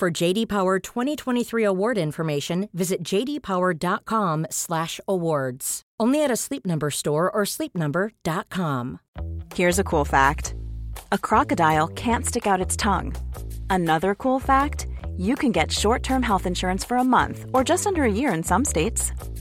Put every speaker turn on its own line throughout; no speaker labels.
For JD Power 2023 award information, visit jdpower.com/awards. Only at a Sleep Number store or sleepnumber.com.
Here's a cool fact a crocodile can't stick out its tongue. Another cool fact you can get short term health insurance for a month or just under a year in some states.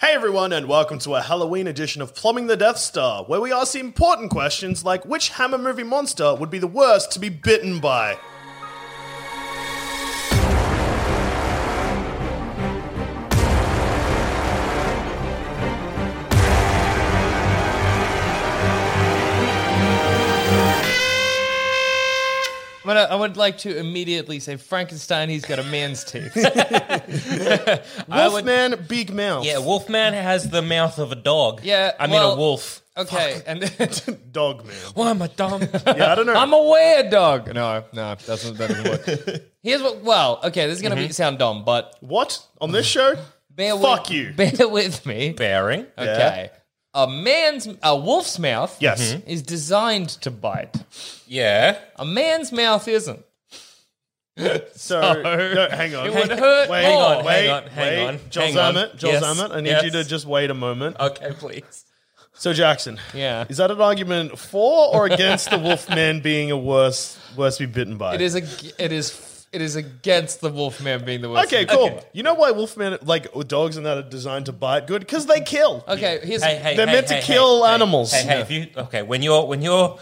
Hey everyone, and welcome to a Halloween edition of Plumbing the Death Star, where we ask the important questions like which Hammer movie monster would be the worst to be bitten by?
I'm gonna, I would like to immediately say Frankenstein. He's got a man's teeth. I would,
Wolfman, big mouth.
Yeah, Wolfman has the mouth of a dog.
Yeah,
I mean
well-
a wolf.
okay, and
dog man.
why am I dumb?
Yeah, I don't know.
I'm a weird dog. No, no, that doesn't, that doesn't work. Here's what. Well, okay, this is gonna be, sound dumb, but
what on this show?
bear
Fuck
with,
you.
Bear with me.
Bearing.
Okay, a man's a wolf's mouth. Mm-hmm.
Yes.
is designed to bite.
Yeah.
A man's mouth isn't.
So,
So-
no, hang on.
It would hurt
Wait,
more.
on,
wait,
hang on,
wait.
hang on,
Joel
hang on.
Zammit, Joel
Yes,
Zammit, I need
yes.
you to just wait a moment.
Okay, please.
so, Jackson,
Uh, Yeah.
is that an argument for or against the Wolfman being a worse, worse be bitten by?
It is a. It is. It is against the Wolfman being the worst.
Okay, cool. You know why Wolfman, like dogs and that, are designed to bite good? Because they kill.
Okay, here's
Hey, hey,
They're
hey,
meant to
hey, hey,
kill
hey,
animals.
Hey, hey, if you okay, when you're when you're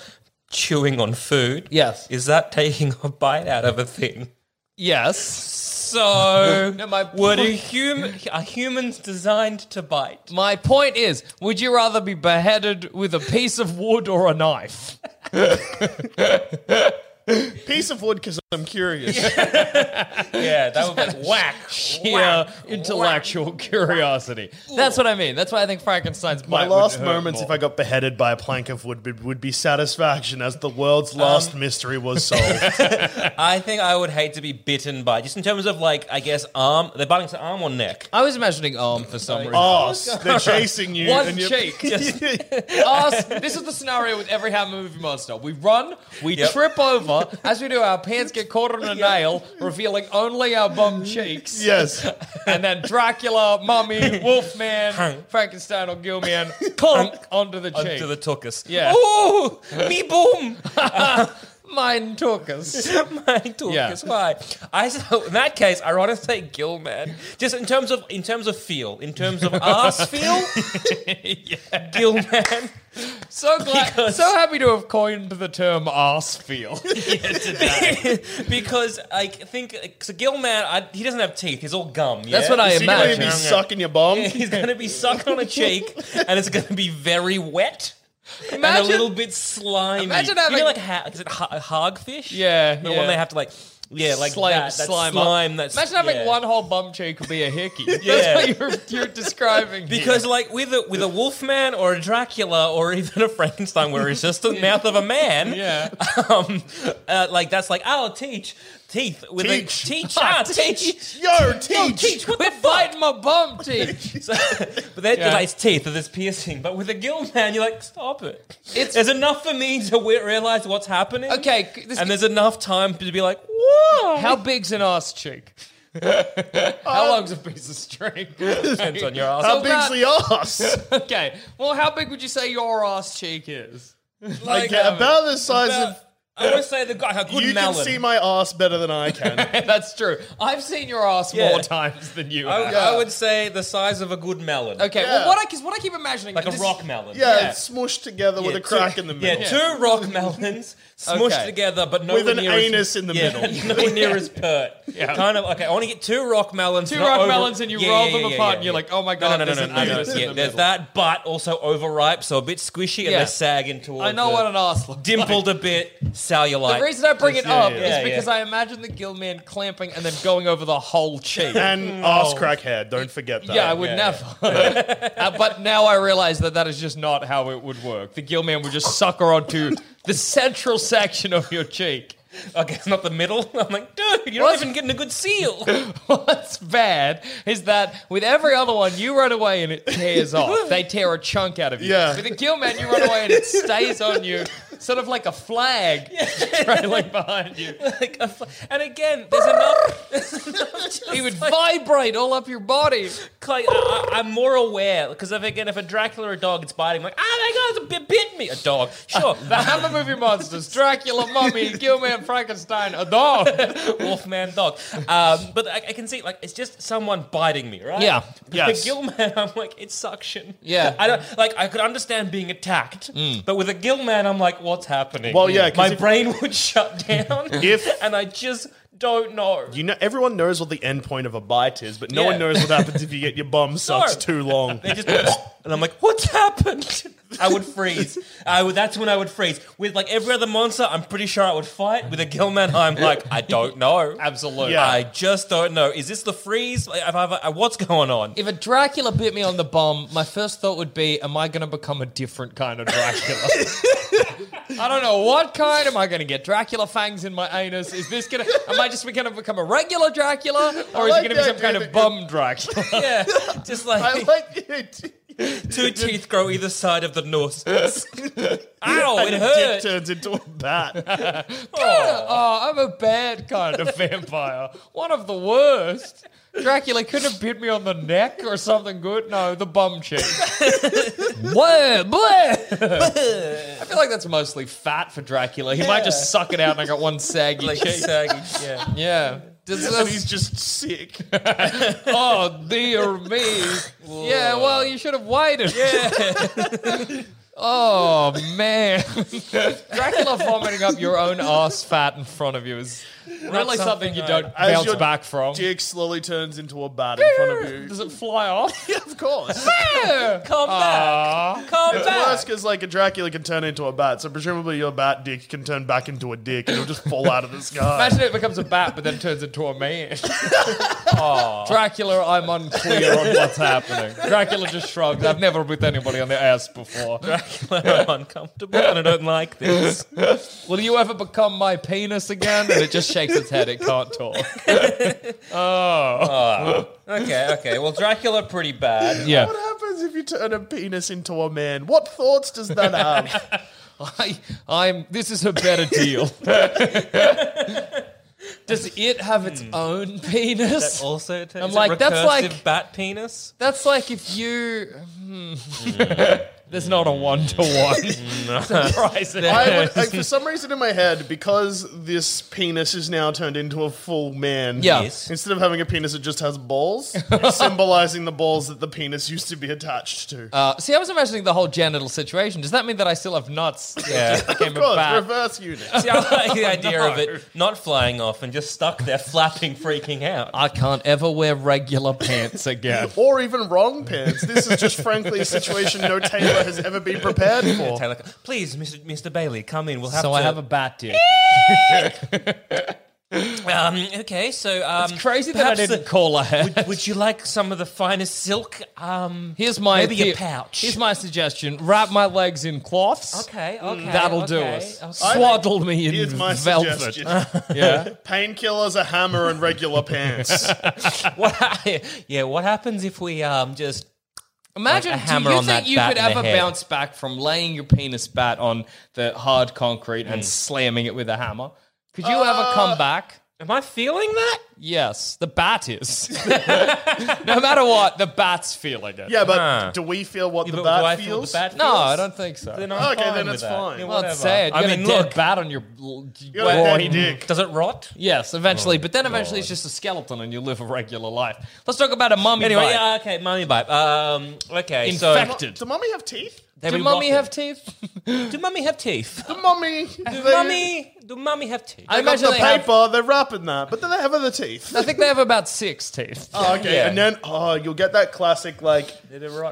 chewing on food,
Yes.
is that taking a bite out of a thing?
yes.
So
No, my
would a
point-
human are humans designed to bite?
My point is, would you rather be beheaded with a piece of wood or a knife?
Piece of wood, because I'm curious.
Yeah, that would be whack.
Yeah, intellectual curiosity. That's what I mean. That's why I think Frankenstein's bite
My
would
last
hurt
moments,
more.
if I got beheaded by a plank of wood, would- would be satisfaction as the
Um,
world's last mystery was solved.
I think I would hate to be bitten by just in terms of like I guess arm. They're biting to arm or neck.
I was imagining arm for some reason.
Ass, they're chasing you.
Oh, One
and you're-
cheek. Just us. This is the scenario with every Hammer movie monster. We run, we
Yep.
trip over. As we do, our pants get caught on a nail, revealing only our bum cheeks.
yes.
and then Dracula, Mummy, Wolfman, Frankenstein, or Gilman clunk onto the cheek.
Onto the tuchus.
Yeah.
Ooh, me boom.
Mine took us.
my talk
Yeah.
is why. I so in that case, I rather say Gilman. Just in terms of in terms of feel, in terms of ass feel, Gilman.
So glad,
Because-
so happy to have coined the term arse feel.
because I think so. Gilman, I, he doesn't have teeth. He's all gum. yeah?
That's what I
So you're going to be
imagine.
sucking your bum?
He's going to be sucking on a cheek, and it's going to be very wet. and
Imagine-
a little bit slimy.
Imagine
you
having-
know, like ha- is it ha- hogfish?
Yeah,
the
yeah.
one they have to like, yeah, like
Slime-
that, that slime.
slime up.
that's
Imagine having
yeah.
one whole bum cheek would be a hickey.
Yeah.
That's what you're, you're describing. here.
Because like with a with a Wolfman or a Dracula or even a Frankenstein, where it's just the mouth of a man,
Yeah.
um, uh, like that's like oh teach teeth with
Teach.
a teach ah teach.
Yo, teach.
Yo, teach, what the
Quit
fuck?
biting my bum teeth.
So, but that
Yeah.
yeah. it's teeth, and it's piercing. But with a gill man, you're like, stop it.
It's-
there's enough for me to we- realize what's happening.
Okay, c- this-
and there's enough time to be like, whoa.
How big's an arse cheek?
Um,
How long's a piece of string?
depends on your ass?
How
So
big's
that-
the ass?
okay. Well, how big would you say your arse cheek is?
like,
Get
um,
about the size
about-
of
I want to say the guy had good
you
melon.
can see my ass better than I can.
That's true. I've seen your ass
Yeah.
more times than you.
I,
Oh,
have.
I would say the size of a good melon.
Okay,
Yeah.
well, what I, cause what I keep imagining
Like a
this-
rock melon.
Yeah,
Yeah.
smushed together with
Yeah,
a crack
two-
in the middle.
Yeah, two rock melons smushed
Okay.
together, but no
With an
near as-
anus in the
yeah,
middle.
no near as pert. Kind of okay. I want to get two rock melons,
Two
not
rock
over-
melons and you
Yeah,
roll
yeah,
them
yeah, yeah,
apart
yeah,
and you're
yeah.
like, oh my
No,
God,
no, no,
there's
no,
an
no, no,
anus in
Yeah,
the
there's
middle.
that, but also overripe, so a bit squishy, and
Yeah.
they sag in towards.
I know
the-
what an ass looks
dimpled a bit, cellulite.
The reason I bring it up
yeah,
yeah.
is
Yeah,
because
yeah.
I imagine the gill man clamping and then going over the whole cheek.
And ass crack hair. Don't forget that.
yeah, I would never. Uh, but now I realize that that is just not how it would work. The gill man would just sucker onto the central section of your cheek.
okay, it's not the middle. I'm like, dude, you're
What?
not even getting a good seal.
What's bad is that with every other one, you run away and it tears off. They tear a chunk out of you.
Yeah.
With the gill man, you run away and it stays on you, sort of like a flag trailing behind you.
like a, fl- and again, there's enough. There's enough
He would
like-
vibrate all up your body.
Clay, I, I, I'm more aware because if again, if a Dracula or a dog gets biting, I'm like, oh my god, it's a bit bit me. A dog, sure.
The Hammer movie monsters, Dracula, Mummy, Gilman, Frankenstein, a dog.
Wolfman dog. Um, but I, I can see like it's just someone biting me, right?
Yeah.
The
Yes.
gill man, I'm like, it's suction.
Yeah.
I don't like I could understand being attacked, but with a gill man, I'm like, what's happening?
Well, yeah, 'cause
My
if-
brain would shut down
If-
and I just don't know.
You know, everyone knows what the end point of a bite is, but no
Yeah.
one knows what happens if you get your bum sucked too long.
They just and I'm like, what's happened? I would freeze. I would. That's when I would freeze. With like every other monster, I'm pretty sure I would fight. With a Gilman, I'm like, I don't know.
Absolutely.
Yeah.
I just don't know. Is this the freeze? Like, I've, I've- I- what's going on?
If a Dracula bit me on the bum, my first thought would be, am I going to become a different kind of Dracula? I don't know what kind. Am I going to get Dracula fangs in my anus? Is this going to, am I just going to become a regular Dracula? Or is
like
it going to
the
be some
idea
kind
that
of
you're-
bum Dracula?
yeah, just
I
like,
like it.
two teeth grow either side of the nose. Ow, it
Dick
hurt.
turns into a bat.
oh, I'm a bad kind of vampire. One of the worst. Dracula could have bit me on the neck or something good. No, the bum cheek. bleh, bleh. I feel like that's mostly fat for Dracula. He might just suck it out and I got one saggy
Like
cheek.
saggy. Yeah.
Yeah. Does
and
this-
he's just sick.
oh, dear me. yeah, well, you should have waited. oh, man. Dracula vomiting up your own ass fat in front of you is really something,
something
you
I-
don't
As
bounce
your
back from.
Dick slowly turns into a bat in front of you.
Does it fly off?
Yeah, of course.
Come back. Come back.
Worse, because like a Dracula can turn into a bat, so presumably your bat dick can turn back into a dick and it'll just fall out of the sky.
Imagine it becomes a bat, but then turns into a man. Oh. Dracula, I'm unclear on what's happening. Dracula just shrugs. I've never bit anybody on the ass before.
I'm uncomfortable and I don't like this.
Will you ever become my penis again? And it just shakes its head. It can't talk.
Okay, okay. Well, Dracula, pretty bad.
Yeah.
What happens if you turn a penis into a man? What thoughts does that have?
I, I'm. This is a better deal. Does it have its own penis?
Also, t-
I'm
is
like,
it
that's
recursive
like-
bat penis.
That's like if you. hmm. There's not a one to one. Surprising.
I would, like, for some reason in my head, because this penis is now turned into a full man.
Yeah.
Yes.
Instead of having a penis, it just has balls, symbolizing the balls that the penis used to be attached to.
Uh, see, I was imagining the whole genital situation. Does that mean that I still have nuts?
Yeah.
Became
of course,
a bat.
reverse unit.
See, I like the idea of it not flying off and just stuck there flapping, freaking out.
I can't ever wear regular pants again.
or even wrong pants. This is just frankly a situation no tailor has ever been prepared for.
Taylor, please, Mr. Mr. Bailey, come in. We'll have
so
to.
I have a bat dick.
Um, okay, so um,
It's crazy that I
perhaps
didn't
the-
call ahead.
would, would you like some of the finest silk? Um,
Here's my
maybe
the-
a pouch.
Here's my suggestion: wrap my legs in cloths.
okay,
Mm.
okay,
That'll
okay,
do us.
okay.
Swaddle me in
Here's my
velvet.
suggestion:
Yeah.
painkillers, a hammer, and regular pants.
What, yeah, what happens if we um just?
Imagine.
Like a hammer
do you
on
think
that
you
bat
could
in the
ever
head.
bounce back from laying your penis Mm.
Uh,
bat on the hard concrete and slamming it with a hammer? Could you ever come back?
Am I feeling that?
Yes, the bat is. no matter what, the bat's feeling it.
Yeah, but
Nah.
do we feel what
Yeah,
the
but do I
bat
Ah. feel
feels?
The bat
No,
feels?
I don't think so.
Then
Well,
I'm
Okay,
fine
then
with
it's
that.
fine.
Yeah,
Well,
whatever.
it's sad. You
I
got
mean,
a dead
look.
bat on your.
You got a daddy dick.
Does it rot?
Yes,
oh,
eventually, but then eventually it's just a skeleton and you live a regular life. Let's talk about a mummy.
Anyway,
bite.
yeah, okay, mummy bite. Um, okay, so
Infect-
Do, do mummy have teeth?
they
Do
be
mummy
rotten.
have teeth?
Do mummy have teeth?
The mummy.
Do mummy? Do mummy have teeth?
I
Got
imagine
the
they have-
paper, they're wrapping that, but then they have other teeth.
I think they have about six teeth.
Oh, okay,
Yeah.
and then oh, you'll get that classic like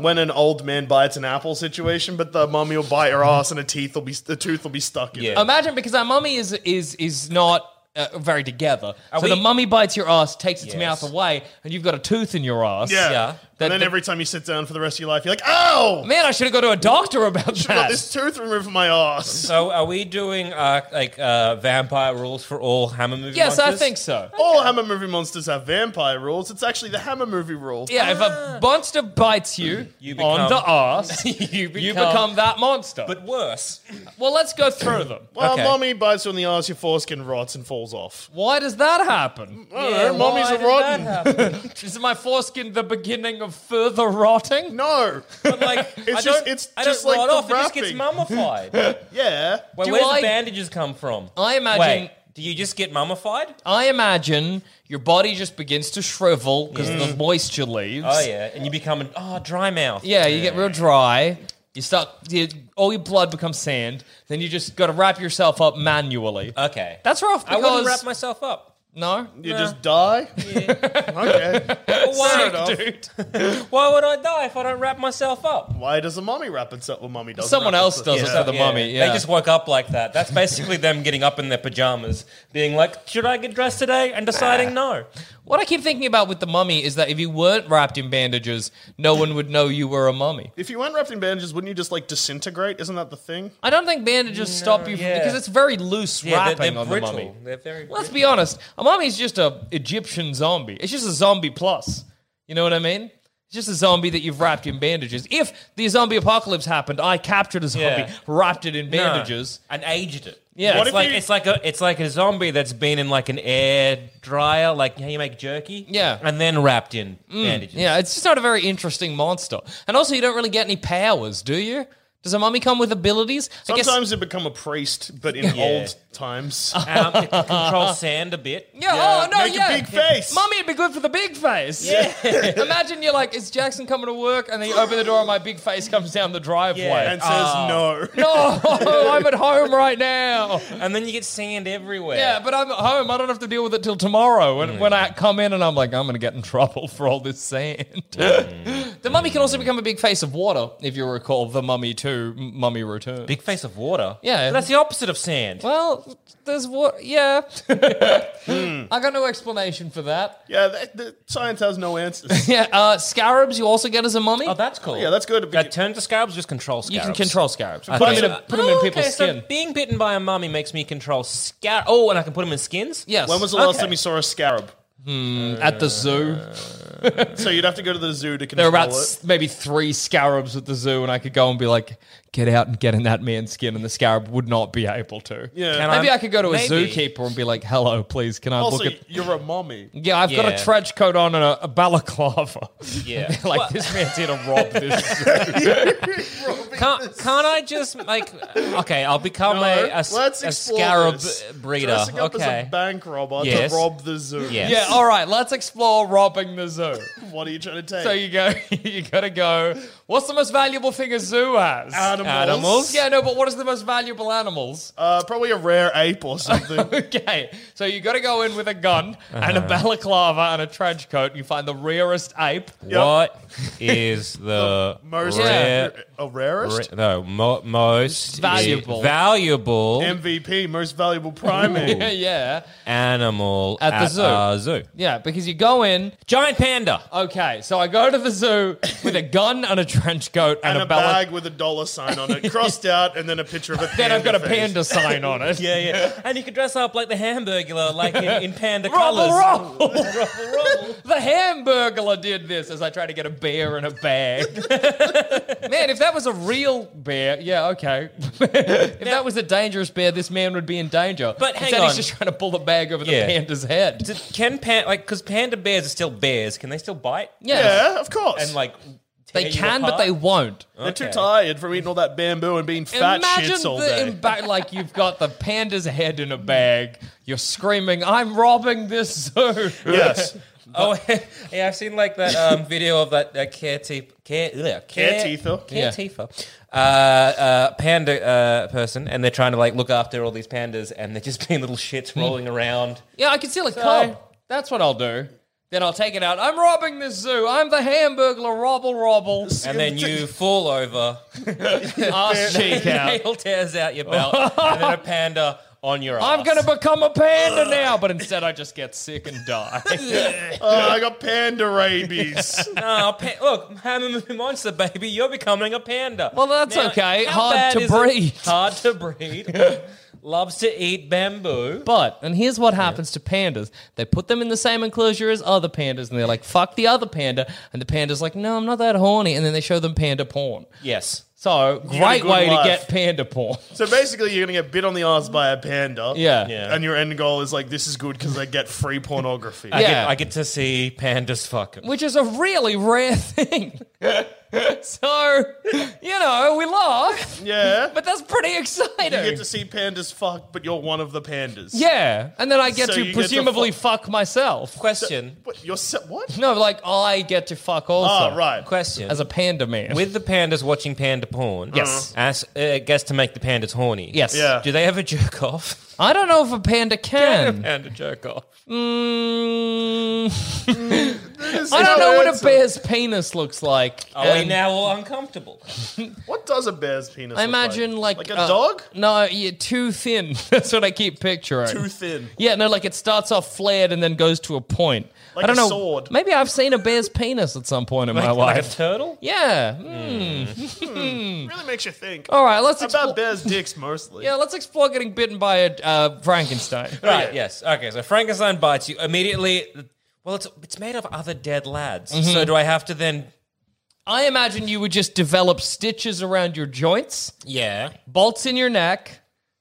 when an old man bites an apple situation, but the mummy will bite her ass and a teeth will be the tooth will be stuck in.
Yeah.
it.
Imagine because our mummy is is is not uh, very together. so
we-
the mummy bites your ass, takes its
Yes.
mouth away, and you've got a tooth in your ass.
Yeah.
yeah.
And
That-
then
that-
every time you sit down for the rest of your life, you're like, ow!
Man, I should have gone to a doctor about
I got
that.
this tooth removed from my ass.
So are we doing uh, like uh, vampire rules for all Hammer movie?
yes, I
monsters?
think so.
All Hammer movie monsters have vampire rules. It's actually the Hammer movie rule.
Yeah, if a monster bites you,
Ah. You
on
become-
the ass,
you become,
you become that monster.
but worse.
well, let's go through them.
Well,
Okay.
mummy bites you on the ass, your foreskin rots and falls off.
Why does that happen?
I don't know, mummies
why
are
did that
rotten.
happen?
Is my foreskin the beginning of further rotting?
No.
But like, I
just-
don't,
it's
I don't
just like
rot
the
off. It just gets
wrapping.
mummified.
yeah.
Wait,
Do
where do
I-
the bandages come from?
I imagine-
Wait, do you just get mummified?
I imagine your body just begins to shrivel because the moisture leaves.
Mm. Oh yeah, and you become an oh dry mouth.
Yeah, you get real dry. You start, you, all your blood becomes sand. Then you just got to wrap yourself up manually.
Okay.
That's rough
Uh, I
because
wouldn't wrap myself up.
no,
You just die? okay.
Why,
enough.
dude.
why would I die if I don't wrap myself up?
Why does a mummy wrap itself when mummy does
Someone else does it for the
Yeah.
mummy. Yeah,
They just woke up like that. That's basically them getting up in their pajamas, being like, "Should I get dressed today?" and deciding no.
what I keep thinking about with the mummy is that if you weren't wrapped in bandages, no one would know you were a mummy.
If you weren't wrapped in bandages, wouldn't you just like disintegrate? Isn't that the thing?
I don't think bandages stop you from,
yeah.
because it's very loose
Yeah, they're,
wrapping
they're
on
brittle.
the mummy.
They're very.
Let's be honest. A mummy's just a Egyptian zombie. It's just a zombie plus. You know what I mean? It's just a zombie that you've wrapped in bandages. If the zombie apocalypse happened, I captured a zombie,
Yeah.
wrapped it in
No.
bandages.
and aged it.
Yeah. What
it's
if
like
you-
it's like a it's like a zombie that's been in like an air dryer, like how you make jerky.
Yeah. Mm,
and then wrapped in bandages.
Yeah, it's just not a very interesting monster. And also, you don't really get any powers, do you? Does a mummy come with abilities? I guess-
Sometimes you become a priest, but in old times.
Um, it can control sand a bit.
Yeah, oh no,
Make
yeah.
a big face.
Mummy would be good for the big face. Yeah. Imagine you're like, is Jackson coming to work? And then you open the door and my big face comes down the driveway.
Yeah.
and says no.
No, I'm at home right now.
And then you get sand everywhere.
Yeah, Mm. but I'm at home. I don't have to deal with it till tomorrow. When, when I come in and I'm like, I'm going to get in trouble for all this sand. the mummy can also become a big face of water, if you recall the Mummy 2 M- Mummy Return.
Big face of water.
Yeah.
But that's the opposite of sand.
well, there's what? Yeah. I got no explanation for that.
Yeah, that, the science has no answers.
Yeah, uh, scarabs you also get as a mummy.
Oh, that's cool.
yeah, that's good.
That turn to scarabs, just control
you
scarabs.
can control scarabs. Put
Okay.
them in, a, put 'em in
Oh,
people's
okay, so
skin.
being bitten by a mummy makes me control scar. Oh, and I can put them in skins.
Yes.
When was the last
Okay.
time you saw a scarab?
at the zoo?
So you'd have to go to the zoo to control
There were about
it.
s- maybe three scarabs at the zoo, and I could go and be like, "Get out and get in that man's skin," and the scarab would not be able to.
Yeah.
Can
Maybe
I'm-
I could go to a
maybe.
zookeeper and be like, "Hello, please, can I
also,
look at?"
you're a mummy.
Yeah, I've got
Yeah.
a trench coat on and a, a balaclava.
Yeah.
like this man's here to rob this. zoo."
Can't, can't I just like? Okay, I'll become
No,
a, a, s-
let's
a
explore
scarab
this.
breeder.
Dressing up as
okay.
a bank robber
Yes.
to rob the zoo.
Yes.
yeah, all right, let's explore robbing the zoo.
What are you trying to take?
So you go, you gotta go. What's the most valuable thing a zoo has?
animals.
animals?
Yeah, no, but what is the most valuable animals?
Uh, probably a rare ape or something.
Okay, so you got to go in with a gun and a
Uh-huh.
balaclava and a trench coat. You find the rarest ape.
What is the
Most
rare-
a rarest
ra- no mo- most
Valuable.
valuable
MVP, most valuable primate.
Yeah, yeah,
animal
At
at,
the zoo.
our zoo?
yeah. Because you go in.
Giant panda.
Okay, so I go to the zoo with a gun and a trench coat and,
And
a,
a
bala-
bag with a dollar sign sign on it, crossed out, and then a picture of a panda.
Then I've got a
face.
panda sign on it.
Yeah, yeah. And you could dress up like the Hamburglar, like in, in panda
Rubble,
colours.
rubble. the hamburger did this as I try to get a bear in a bag. man, if that was a real bear, yeah, okay. if that was a dangerous bear, this man would be in danger.
But hang
Instead,
on.
he's just trying to pull the bag over
Yeah.
the panda's head.
Did- Can pan like because panda bears are still bears? Can they still bite?
Yes.
Yeah, of course.
And like
They
tear you Oh.
can, but
apart?
they won't.
they're too
okay.
tired from eating all that bamboo and being fat
Imagine
shits all
the
day.
imba- like you've got the panda's head in a bag. You're screaming, "I'm robbing this zoo!"
yes,
Oh yeah, I've seen like that um, video of that uh, care teeth care ugh, care
Careteefer.
care teefer, uh, uh, panda uh, person, and they're trying to like look after all these pandas, and they're just being little shits
Hmm.
rolling around.
Yeah, I can steal a cub. That's what I'll do. Then I'll take it out. I'm robbing this zoo. I'm the Hamburglar. Robble, robble. Ah,
And then you fall over,
Ass cheek out.
nail tears out your belt, and then a panda on your
I'm
ass.
going to become a panda now. But instead, I just get sick and die.
oh, I got panda rabies.
No, pa- look, Hammer Monster, baby, you're becoming a panda.
Well, that's okay.
how
Hard
bad
to
is it?
breed.
Hard to breed. Loves to eat bamboo.
But, and here's what happens to pandas. They put them in the same enclosure as other pandas, and they're like, fuck the other panda. And the panda's like, no, I'm not that horny. And then they show them panda porn.
Yes.
So,
got a
great
good
way
life.
to get panda porn.
so basically, you're gonna get bit on the ass by a panda.
Yeah.
Yeah.
And your end goal is like, this is good because I get free pornography.
I,
Yeah.
get, I get to see pandas fucking.
Which is a really rare thing. so, you know, we laugh.
Yeah.
But that's pretty
you
exciting.
get to see pandas fuck, but you're one of the pandas.
yeah, and then I get
So you
to
get to
presumably
fu-
fuck myself.
Question.
What, you're se- what?
No, like I get to fuck also.
Oh, right.
Question.
As a panda man.
With the pandas watching panda porn,
Yes.
as, uh, guess to make the pandas horny.
yes.
Yeah.
Do they ever jerk off?
I don't know if a panda can.
Panda jerk off.
Mm,
There's
I don't
no
know what a
answer.
bear's penis looks like.
Are we
Um,
now all uncomfortable?
What does a bear's penis?
I
look
imagine like
like a
uh,
dog.
No, you're too thin. That's what I keep picturing.
Too thin.
Yeah, no, like it starts off flared and then goes to a point.
Like
I don't
a
know.
sword.
Maybe I've seen a bear's penis at some point in my
Like, like a Hmm.
life.
turtle?
yeah. Mm.
Really makes you think.
All right, let's
About
explore.
bears' dicks mostly.
Yeah, let's explore getting bitten by a uh, Frankenstein.
Right. Yes. Okay. So Frankenstein bites you immediately. Well, it's it's made of other dead lads. So do I have to then?
I imagine you would just develop stitches around your joints,
Yeah.
bolts in your neck,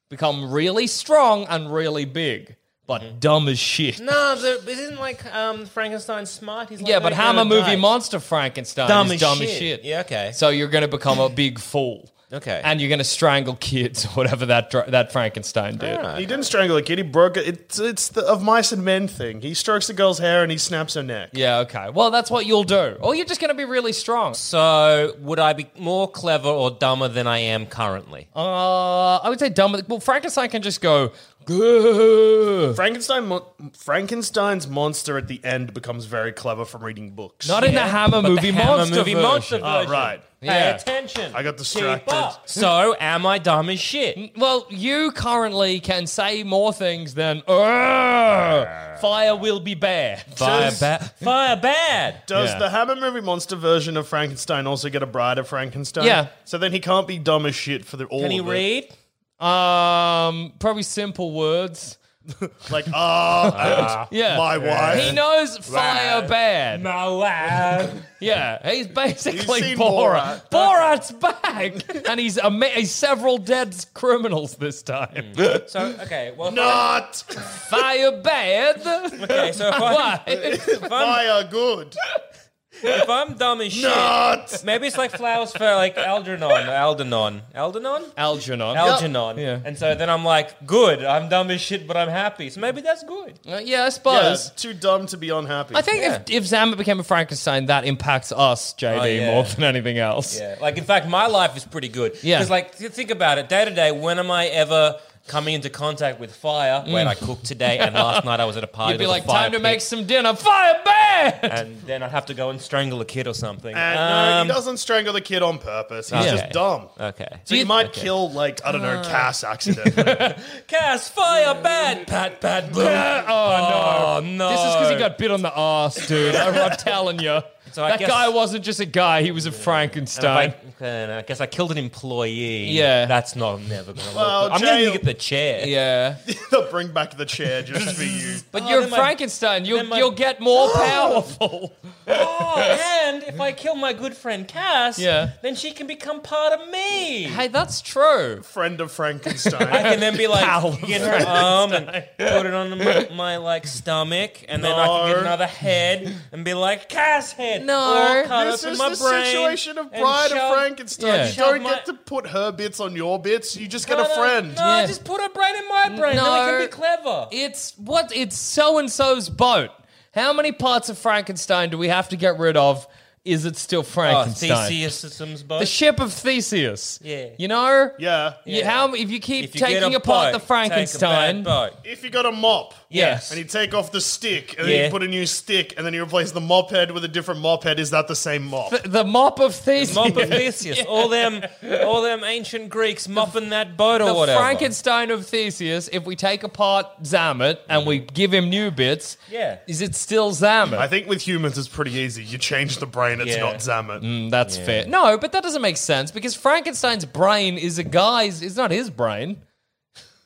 become really strong and really big, but
Mm-hmm.
dumb as shit.
No, the, isn't like um, Frankenstein smart? He's like,
yeah, but
"No,
Hammer
no, no,
movie
no."
monster Frankenstein
Dumb
is
as
dumb
shit.
as shit.
Yeah, okay.
So you're going to become a big fool.
Okay.
And you're going to strangle kids or whatever that dr- that Frankenstein did.
Ah.
He didn't strangle a kid. He broke it. It's, it's the of mice and men thing. He strokes the girl's hair and he snaps her neck.
Yeah, okay. Well, that's what you'll do. Or you're just going to be really strong.
So would I be more clever or dumber than I am currently?
Uh, I would say dumb. Well, Frankenstein can just go. "Grr."
Frankenstein, mon- Frankenstein's monster at the end becomes very clever from reading books.
Not in the Hammer
But
movie
the Hammer
monster
movie
version.
monster
Oh,
version.
right.
Yeah.
Pay attention.
I got
Keep
distracted.
up. Mm. So am I dumb as shit?
Well, you currently can say more things than "Grr, fire will be bad.
Fire bad. Fire bad.
Does
Yeah.
the Hammer movie monster version of Frankenstein also get a bride of Frankenstein?
Yeah.
So then he can't be dumb as shit for the all.
Can he
of it.
read?
Um, probably simple words.
Like ah, and
Yeah.
my wife.
He knows fire bad.
No way.
Yeah, he's basically
You've seen
Borat. Borat's back, and he's, ama- he's several dead criminals this time.
so okay. Well,
Not
Fire bad.
okay. So if, I,
Why?
if I'm
fire good.
if I'm dumb as shit,
Not
Maybe it's like flowers for like Algernon, Algernon, Algernon,
Algernon.
Algernon.
Yeah.
And so then I'm like, good. I'm dumb as shit, but I'm happy. So maybe that's good.
Uh, yeah, I
yeah,
suppose.
too dumb to be unhappy.
I think if, if Zambit became a Frankenstein, that impacts us, JD,
Oh, yeah.
more than anything else.
Yeah. Like in fact, my life is pretty good.
Yeah.
Because like th- think about it, day to day, when am I ever coming into contact with fire? Wait, I cooked today, and last night I was at a party.
Mm. You'd be
with a
like,
fire
time to
pit,
make some dinner. Fire bad!
And then I'd have to go and strangle a kid or something.
And no, he doesn't strangle the kid on purpose. He's
Um, Okay. Uh,
just dumb.
Ah,
Uh.
Okay.
So you might kill, like, I don't know, Cass accidentally.
Cass, fire, bad, pat, pat, boom.
oh,
no.
This is because he got bit on the ass, dude. I'm, I'm telling you.
So I
that
guess-
guy wasn't just a guy; he was a Frankenstein.
I, okay, and I guess I killed an employee.
Yeah.
that's not I'm never gonna.
Well,
look. I'm gonna
jail.
get the chair.
yeah,
They'll bring back the chair just for you.
but
Oh,
you're
then my-
Frankenstein. You'll
then my-
you'll get more powerful.
Oh, and if I kill my good friend Cass,
Yeah.
then she can become part of me.
hey, that's true.
Friend of
I
Frankenstein.
can then be like,
Pal.
get her arm and put it on my, my like stomach, and then I can get
No.
another head and be like, Cass head.
No.
all cut
this
up in
is
my
the
brain
situation of
and
Bride of
shove-
Frankenstein.
Yeah.
You
shove
don't
my-
get to put her bits on your bits. You just get
No,
a
no,
friend.
No,
Yeah.
just put her brain in my brain. Then I
No.
can be clever.
It's what it's so and so's boat. How many parts of Frankenstein do we have to get rid of? Is it still
Oh,
Frankenstein?
Theseus systems both.
the ship of Theseus.
Yeah.
you know.
Yeah.
You, how if you keep
If you get
taking
a
apart
boat,
the
take a bad
Frankenstein?
boat.
If you got a mop.
Yes.
And you take off the stick, and then
Yeah.
you put a new stick, and then you replace the mop head with a different mop head. Is that the same mop?
The, the mop of Theseus.
Mop of Theseus. All them, all them ancient Greeks mopping that boat or
the
whatever.
Frankenstein of Theseus, if we take apart Zamet and we give him new bits,
Mm. Yeah.
is it still Zamet?
I think with humans it's pretty easy. You change the brain, it's
Yeah. Mm.
not Zamet.
Mm, That's fair. No, but that doesn't make sense because Frankenstein's brain is a guy's, it's not his brain.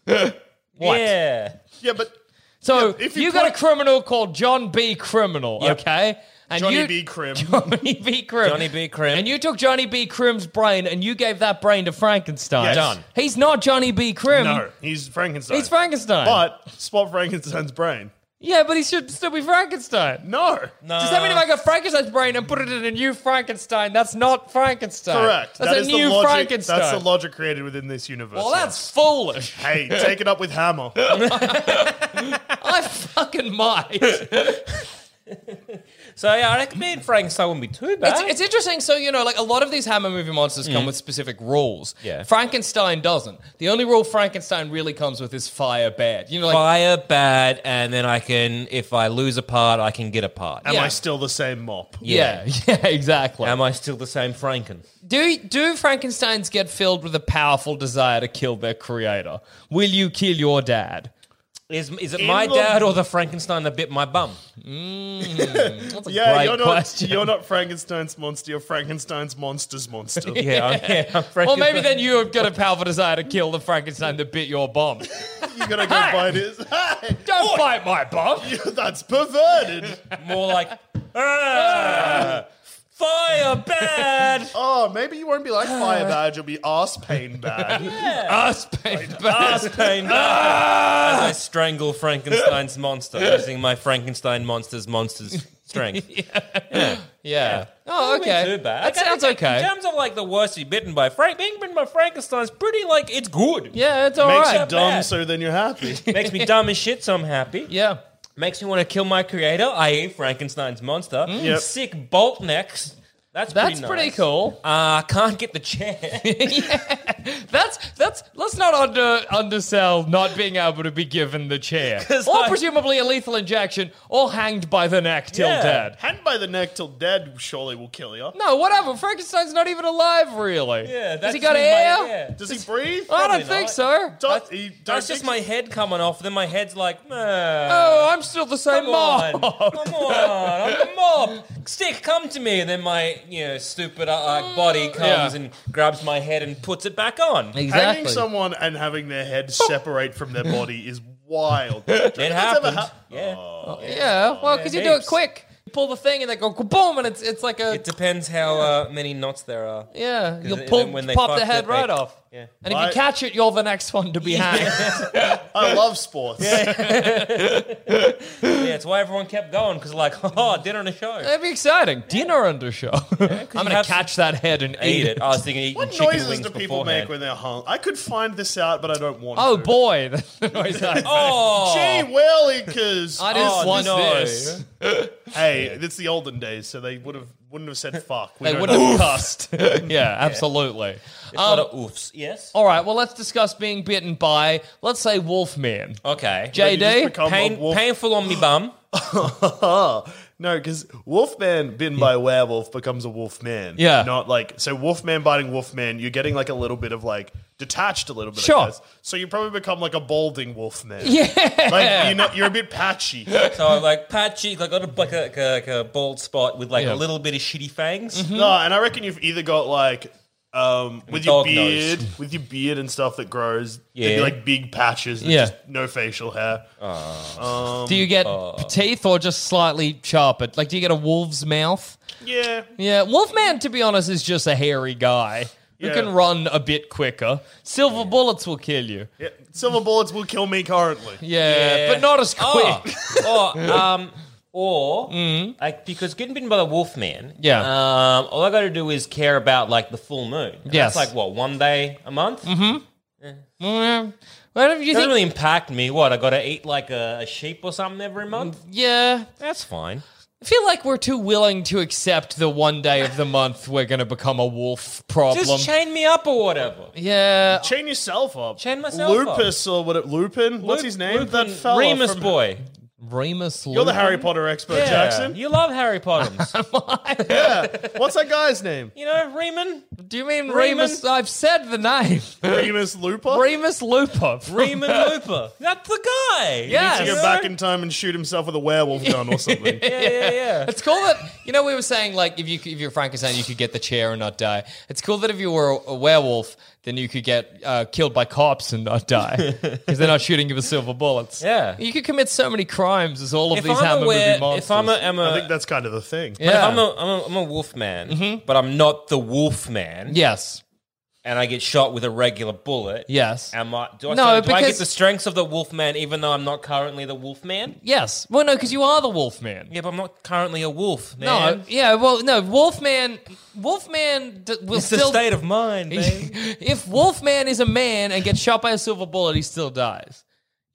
what?
Yeah.
Yeah, but
So
Yeah, if
you,
you
got a
put-
criminal called John B. Criminal,
Yep.
okay? And
Johnny
you-
B. Crim.
Johnny B. Crim.
Johnny B. Crim.
And you took Johnny B. Crim's brain and you gave that brain to Frankenstein.
Yes. Done.
He's not Johnny B. Crim.
no, he's Frankenstein.
He's Frankenstein.
But swap Frankenstein's brain.
yeah, but he should still be Frankenstein.
No.
No.
Does that mean if I got Frankenstein's brain and put it in a new Frankenstein, that's not Frankenstein?
Correct.
That's
That
a
is
new
the logic,
Frankenstein.
That's the logic created within this universe.
Well,
yeah.
that's foolish.
Hey, take it up with Hammer.
I fucking might. It's,
So yeah, I reckon me and Frankenstein wouldn't be too bad.
it's interesting. So, you know, like a lot of these Hammer movie monsters come with specific rules.
Yeah.
Frankenstein doesn't. The only rule Frankenstein really comes with is fire bad. You know, like,
Fire bad, and then I can, if I lose a part, I can get a part.
Am
Yeah.
I still the same mop?
yeah, yeah, exactly.
Am I still the same Franken?
Do do Frankenstein's get filled with a powerful desire to kill their creator? Will you kill your dad?
Is, is it my
the-
dad or the Frankenstein that bit my bum?
That's a
Yeah,
great
you're not.
question.
You're not Frankenstein's monster. You're Frankenstein's monster's monster.
Yeah, I'm, yeah, I'm Frankenstein.
Or maybe then you have got a powerful desire to kill the Frankenstein that bit your bum.
You gotta go find it. Hey,
Don't bite my bum.
that's perverted.
more like "Ah, fire bad.
Oh, maybe you won't be like fire bad. You'll be ass pain bad.
Us, baby.
Ass pain bad. Ah! As I strangle Frankenstein's monster using my Frankenstein monster's monster's strength.
Yeah. Oh,
Wouldn't be
okay.
Too bad.
That sounds
Like,
okay.
In terms of like the worst to be bitten by Frank, being bitten by Frankenstein's pretty like it's good.
Yeah, it's all
Makes
right.
you dumb,
bad.
so then you're happy.
Makes me dumb as shit, so I'm happy.
yeah.
Makes me want to kill my creator, i.e., Frankenstein's monster.
Yep.
Sick bolt necks.
Mm. That's
That's pretty nice.
pretty cool.
Uh, can't get the chair.
That's that's let's not under undersell not being able to be given the chair.
'Cause
Or
I-
presumably a lethal injection or hanged by the neck till
Yeah.
dead.
Hand by the neck till dead surely will kill you.
No, whatever. Frankenstein's not even alive, really.
yeah, that's
Has he got
my-
air?
yeah.
Does he breathe?
I
Probably
don't think
not.
so.
Don't- he- don't
That's just
think-
my head coming off. Then my head's like, "Meh,
Oh, I'm still the same
come on,
mom.
come on, I'm a mop. Stick, come to me. And then my you know stupid uh, uh, body comes
Yeah.
and grabs my head and puts it back on.
Hanging someone and having their head separate from their body is wild.
It
ever
happened.
hap-
yeah,
Yeah, well, because you do it
heaps.
quick. You pull the thing and they go kaboom, and it's it's like a
it depends how uh, many knots there are.
yeah. You'll
then
pull
when they
pop the
fucked
head
it,
right
they-
off.
yeah.
And if
I-
you catch it, you're the next one to be hanged.
Oh, I love sports.
Yeah, it's why everyone kept going because like, oh, dinner and a show.
That'd be exciting. Dinner under show. I'm gonna
have
catch that head and
I eat it. I was thinking eating
What
chicken
noises
wings
do people
beforehand.
make when they're hung? I could find this out, but I don't want
Oh
to.
boy, that's the noise I make.
Oh,
Gee willikers!
I just
oh,
want
no.
this.
hey, it's the olden days, so they would have wouldn't have said fuck. We
They
don't
would
know.
have cussed. yeah, absolutely.
it's a lot of oofs. Yes.
All right, well, let's discuss being bitten by, let's say, Wolfman.
Okay.
You just
JD,
become a
Pain,
wolf.
painful on me bum.
No, because Wolfman bitten by a werewolf becomes a Wolfman.
Yeah.
Not like, so Wolfman biting Wolfman, you're getting like a little bit of like detached a little bit. I
Sure.
guess. So you probably become like a balding Wolfman.
Yeah.
Like, you're, not, you're a bit patchy.
So I'm like patchy, like got a, like a, like a, like a bald spot with like
Yeah.
a little bit of shitty fangs.
No, and I reckon you've either got like um, with your
dog
beard, with your beard and stuff that grows, yeah,
Yeah.
like big patches, that
Yeah. Uh.
just no facial hair.
do you get
uh,
teeth or just slightly sharper? Like, do you get a wolf's mouth?
Yeah,
Yeah, Wolfman, to be honest, is just a hairy guy who
Yeah.
can run a bit quicker. Silver bullets will kill you. Yeah,
yeah. silver bullets will kill me currently.
but not as
Ah.
quick.
Oh, or um, or like because getting bitten by the wolf man.
Yeah.
Um, all I got to do is care about like the full moon. And
Yes.
That's like what one day a month. Mm-hmm.
Mm, What do you
It doesn't
think?
really impact me. What I got to eat like a, a sheep or something every month.
yeah,
That's fine.
I feel like we're too willing to accept the one day of the month we're going to become a wolf problem.
Just chain me up or whatever.
yeah,
Chain yourself up.
Chain myself up.
Lupus or what? It, Lupin? What's his name?
Lupin-
that fella.
Remus
from-
boy.
Remus.
You're the
Lupin?
Harry Potter expert,
Yeah.
Jackson.
You love Harry Potter.
What's that guy's name?
you know, Reman.
Do you mean
Remus?
Remus? I've said the name.
Remus Looper.
Remus Lupo.
Reman Looper. That's the guy.
Yes.
to go back in time and shoot himself with a werewolf gun or something.
Yeah, yeah, yeah.
It's cool that you know we were saying like if you if you're Frankenstein you could get the chair and not die. It's cool that if you were a, a werewolf then you could get uh, killed by cops and not die because they're not shooting you with silver bullets.
Yeah.
you could commit so many crimes as all of
If
these
I'm,
Hammer
aware,
movie monsters.
if I'm a, I'm a-
I think that's kind of the thing.
But if
yeah. Mm-hmm.
I'm a, I'm a, I'm a wolf man, but I'm not the wolf man.
yes,
And I get shot with a regular bullet.
yes,
Am I, do, I
No,
still- do I get
because-
the strengths of the wolf man even though I'm not currently the wolf man?
yes. Well, no, because you are the Wolfman.
Yeah, but I'm not currently a wolf, man.
no, yeah. Well, no, Wolfman. Wolfman d- will
It's
still.
a state of mind, man.
if Wolfman is a man and gets shot by a silver bullet, he still dies.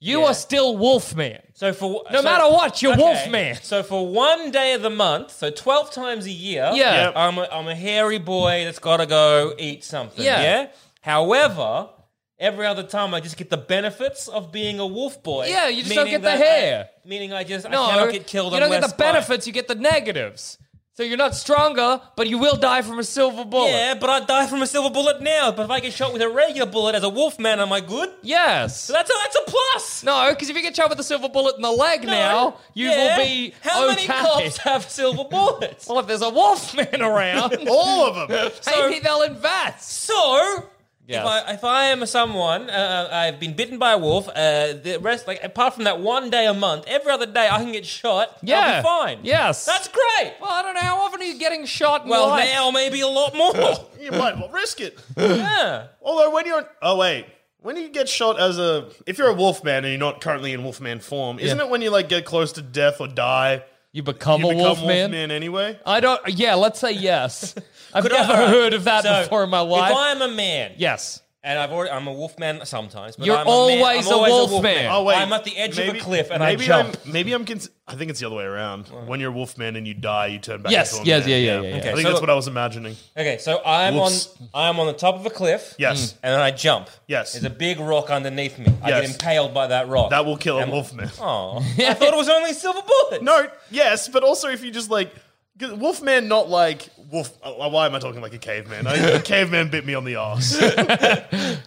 You
Yeah.
are still Wolfman.
So for
No
so-
matter what, you're wolf man.
So for one day of the month, so twelve times a year,
Yeah. Yep.
I'm a, I'm a hairy boy that's got to go eat something.
Yeah.
Yeah. However, every other time I just get the benefits of being a wolf boy.
Yeah, you just don't get
meaning
the
that I-
hair.
meaning I just
No,
I cannot get killed.
You don't get the
unless by-
benefits; you get the negatives. So you're not stronger, but you will die from a silver bullet.
Yeah, but I die from a silver bullet now. But if I get shot with a regular bullet as a wolf man, am I good?
Yes.
So that's a, that's a plus.
no, because if you get shot with a silver bullet in the leg now, you
Yeah.
will be
How
okay.
many cops have silver bullets?
well, if there's a wolf man around,
All of them.
maybe they'll invest.
So,
Yes.
if, I, if I am someone, uh, I've been bitten by a wolf. Uh, the rest, like apart from that one day a month, every other day I can get shot. I'll
Yeah.
be fine.
Yes.
that's great.
Well, I don't know how often are you getting shot. In
Well,
life?
now maybe a lot more.
You might well risk it.
yeah.
Although when you're oh wait, when you get shot as a if you're a wolfman and you're not currently in wolfman form, isn't
Yeah.
it when you like get close to death or die,
you become
you
a
become
wolf
wolfman,
man.
anyway?
I don't. Yeah, let's say yes. I've
Could I-
never
all right.
heard of that
So,
before in my life.
If I am a man,
yes.
and I've already, I'm a wolf man sometimes. But
You're
I'm a man- I'm
always a wolf man.
Oh wait,
I'm at the edge
maybe-
of a cliff and
maybe
I jump.
I'm, maybe I'm. Cons- I think it's the other way around. When you're a wolfman and you die, you turn back.
Yes,
Into a
yes,
man.
yeah, yeah, yeah, yeah.
I
Okay,
think
so
that's
look-
what I was imagining.
okay, so I'm
Wolves.
on I'm on the top of a cliff.
Yes. Mm.
and then I jump.
Yes.
there's a big rock underneath me. I
Yes.
get impaled by that rock.
That will kill a
And-
wolfman.
Oh, I thought it was only silver bullets.
No, yes, but also if you just like. 'cause Wolfman, not like wolf. uh, Why am I talking like a caveman? I, a caveman bit me on the arse.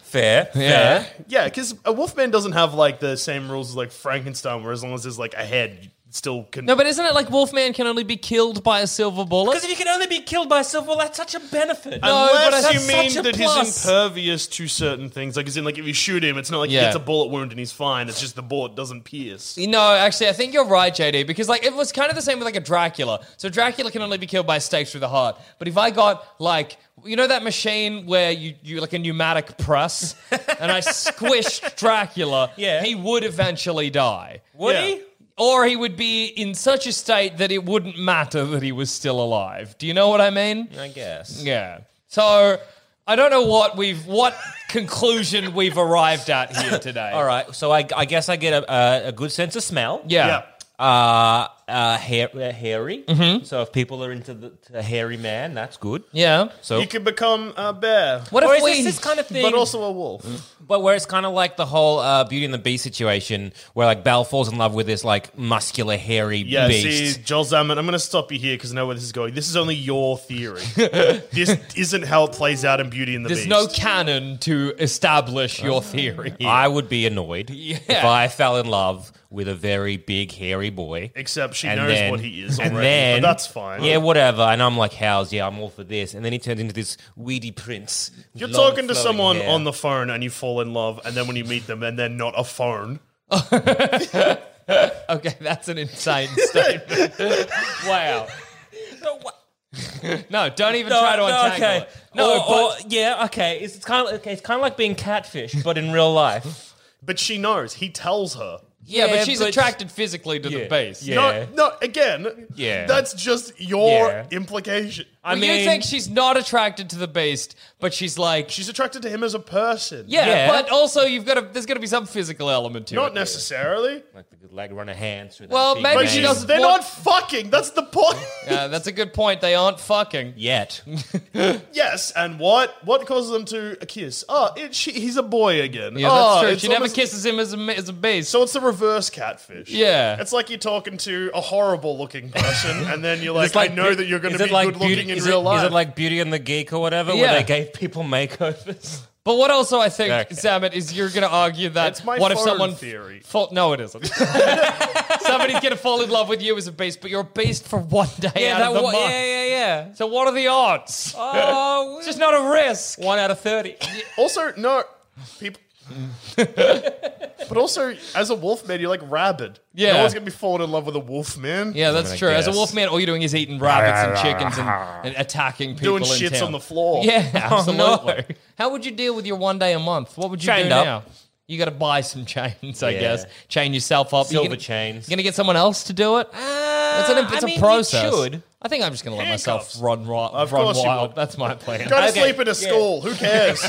fair,
Yeah.
fair.
Yeah, because a Wolfman doesn't have like the same rules as like Frankenstein, where as long as there's like a head, you still can.
No, but isn't it like Wolfman can only be killed by a silver bullet?
Because if you can only be killed by silver, that's such a benefit.
but
Unless
that's
you mean
such a
that
plus.
he's impervious to certain things, like as in like if you shoot him, it's not like
Yeah.
he gets a bullet wound and he's fine. It's just the bullet doesn't pierce.
No, actually, I think you're right, JD, because like it was kind of the same with like a Dracula. So Dracula can only be killed by stakes through the heart. But if I got like you know that machine where you you like a pneumatic press and I squished Dracula,
Yeah.
he would eventually die.
Would
Yeah.
he?
Or he would be in such a state that it wouldn't matter that he was still alive. Do you know what I mean?
I guess.
Yeah. So I don't know what we've what conclusion we've arrived at here today.
All right. So I, I guess I get a, a, a good sense of smell.
Yeah.
Yeah.
Uh, uh, hair, uh, hairy. So if people are into the to hairy man, that's good.
Yeah.
So
You could become a bear,
What
or
if
is
we?
this this kind of thing?
but also a wolf.
But where it's kind of like the whole uh, Beauty and the Beast situation, where like Belle falls in love with this like muscular, hairy
Yeah,
beast.
see, Joel Zaman, I'm going to stop you here because I know where this is going. This is only your theory. this isn't how it plays out in Beauty and the
There's
Beast.
no canon to establish your theory.
I would be annoyed if I fell in love with a very big, hairy boy.
Except she
and
knows
then-
what he is
and
already.
then-
but that's fine.
Yeah, whatever. And I'm like, how's? Yeah, I'm all for this. And then he turns into this weedy prince.
You're
Long,
talking to
flowing
someone
hair.
on the phone and you fall in love, and then when you meet them and they're not a phone.
Okay, that's an insane statement. wow. No, don't even try to untangle
okay.
it. No,
Or-
but
or- yeah, okay. It's, it's kind of okay. It's kind of like being catfish, but in real life.
But she knows. He tells her.
yeah,
yeah,
but she's
but-
attracted physically to the
Yeah,
beast.
yeah.
No, no, again,
Yeah.
that's just your
Yeah.
implication.
I
Well,
mean,
you think she's not attracted to the beast, but she's like,
She's attracted to him as a person.
yeah,
Yeah.
but also you've got to. There's got to be some physical element to it.
Not necessarily.
like the good leg run of hands through. that
Well,
big
maybe
But
vein.
she
she's-
doesn't
they're
want-
not fucking. That's the point.
Yeah, that's a good point. They aren't fucking.
yet.
yes, and what? What causes them to a kiss? Oh, it, she, he's a boy again.
Yeah,
oh,
that's true.
it's
She never
almost-
kisses him as a ma- as a beast.
So it's the reverse catfish.
Yeah.
It's like you're talking to a horrible looking person, and then you're like,
It's like
I know that you're going
is
to
it
be
like
good looking
Beauty-
in
is
real
it,
life.
Is it like Beauty and the Geek or whatever,
Yeah.
where they gave people makeovers?
But what also I think,
Okay.
Zamet, is you're going to argue that
It's my
what if
phone
someone
theory.
Fall, no, it isn't. Somebody's going to fall in love with you as a beast, but you're a beast for one day out of the
wa-
month.
yeah, yeah.
So what are the odds?
Oh,
it's just not a risk.
one out of thirty.
also, no, people. but also, as a wolf man, you're like rabid.
Yeah.
no one's gonna be falling in love with a wolf man.
Yeah, that's
gonna
true. As a
guess.
wolf man, all you're doing is eating rabbits and chickens and, and attacking people.
doing
in
shits
town.
on the floor.
Yeah, absolutely.
no.
Oh, How would you deal with your one day a month? What would you
Chained
do
up.
now? You got to buy some chains, I
Yeah.
guess. Chain yourself up.
Silver
you gonna,
chains.
You gonna get someone else to do it? it's an, it's
Uh, I mean,
a
you
process.
should.
I think I'm just gonna let
Handcuffs.
myself run, ro-
Of
run
course you
wild.
would.
That's my plan.
Go to
Okay,
sleep in a
yeah.
school. Who cares?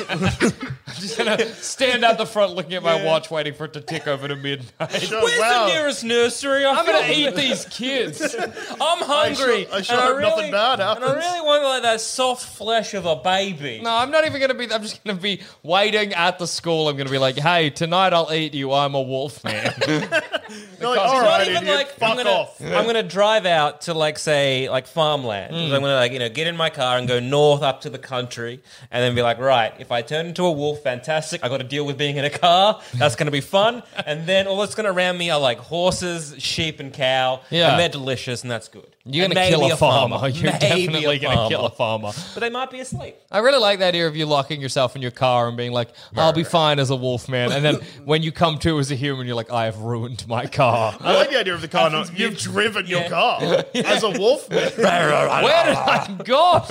just gonna stand out the front, looking at my watch, waiting for it to tick over to midnight.
Sure,
Where's
wow.
the nearest nursery?
I'm gonna
feel-
eat these kids.
I'm
I
hungry.
sure- I sure
and
hope nothing
really-
bad
And I
happens.
really want like that soft flesh of a baby.
No, I'm not even gonna be. I'm just gonna be waiting at the school. I'm gonna be like, "Hey, tonight I'll eat you. I'm a wolf man."
You're like,
It's
all
not
right,
not even
idiot,
like
fuck
I'm gonna
off.
I'm gonna drive out to like say like farmland.
Mm.
I'm gonna like you know get in my car and go north up to the country, and then be like, right, if I turn into a wolf, fantastic. I got to deal with being in a car. That's gonna be fun. and then all that's gonna around me are like horses, sheep, and cow.
Yeah.
and they're delicious, and that's good.
You're
And
gonna
maybe
kill a, farmer. You're
Maybe
definitely
a
gonna
farmer.
kill a farmer.
But they might be asleep.
I really like that idea of you locking yourself in your car and being like, "I'll be fine as a wolf man," and then when you come to as a human, you're like, "I have ruined my car."
I like the idea of the car. Not, you've driven your car as a wolf.
Where did I go?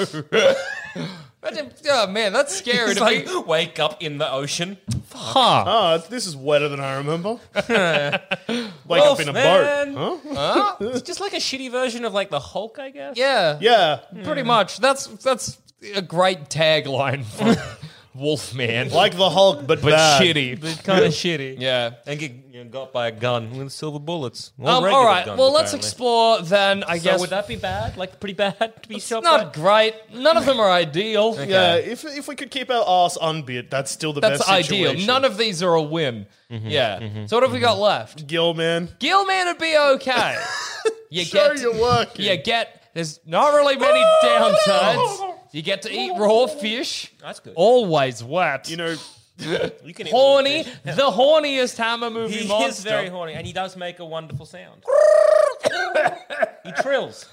Imagine- oh man, that's scary
It's
to
like
be.
wake up in the ocean.
Huh?
Oh, this is wetter than I remember. Wake up
Wolf
in a
man.
boat. Huh?
It's just like a shitty version of like the Hulk, I guess.
Yeah,
Yeah.
pretty much. That's that's a great tagline for wolf man.
Like the Hulk, but,
but
bad.
shitty.
It's kind of shitty.
Yeah.
and get you know, got by a gun with silver bullets. Or
Um,
regular
all right.
guns,
well, let's
apparently.
explore then. I
So
guess
would that be bad? Like pretty bad to be
it's
shot?
not
by?
great. None of them are ideal.
Yeah, if, if we could keep our ass unbit, that's still the
That's
best
ideal.
situation.
None of these are a win. yeah. So what have we got left?
Gilman.
Gilman would be okay. you
Show
get
your work.
you get there's not really many downsides. You get to eat raw fish.
That's good.
Always wet.
You know,
You can eat
horny.
all
The horniest hammer
the
movie
fish. He is
monster.
very horny, and he does make a wonderful sound. he trills.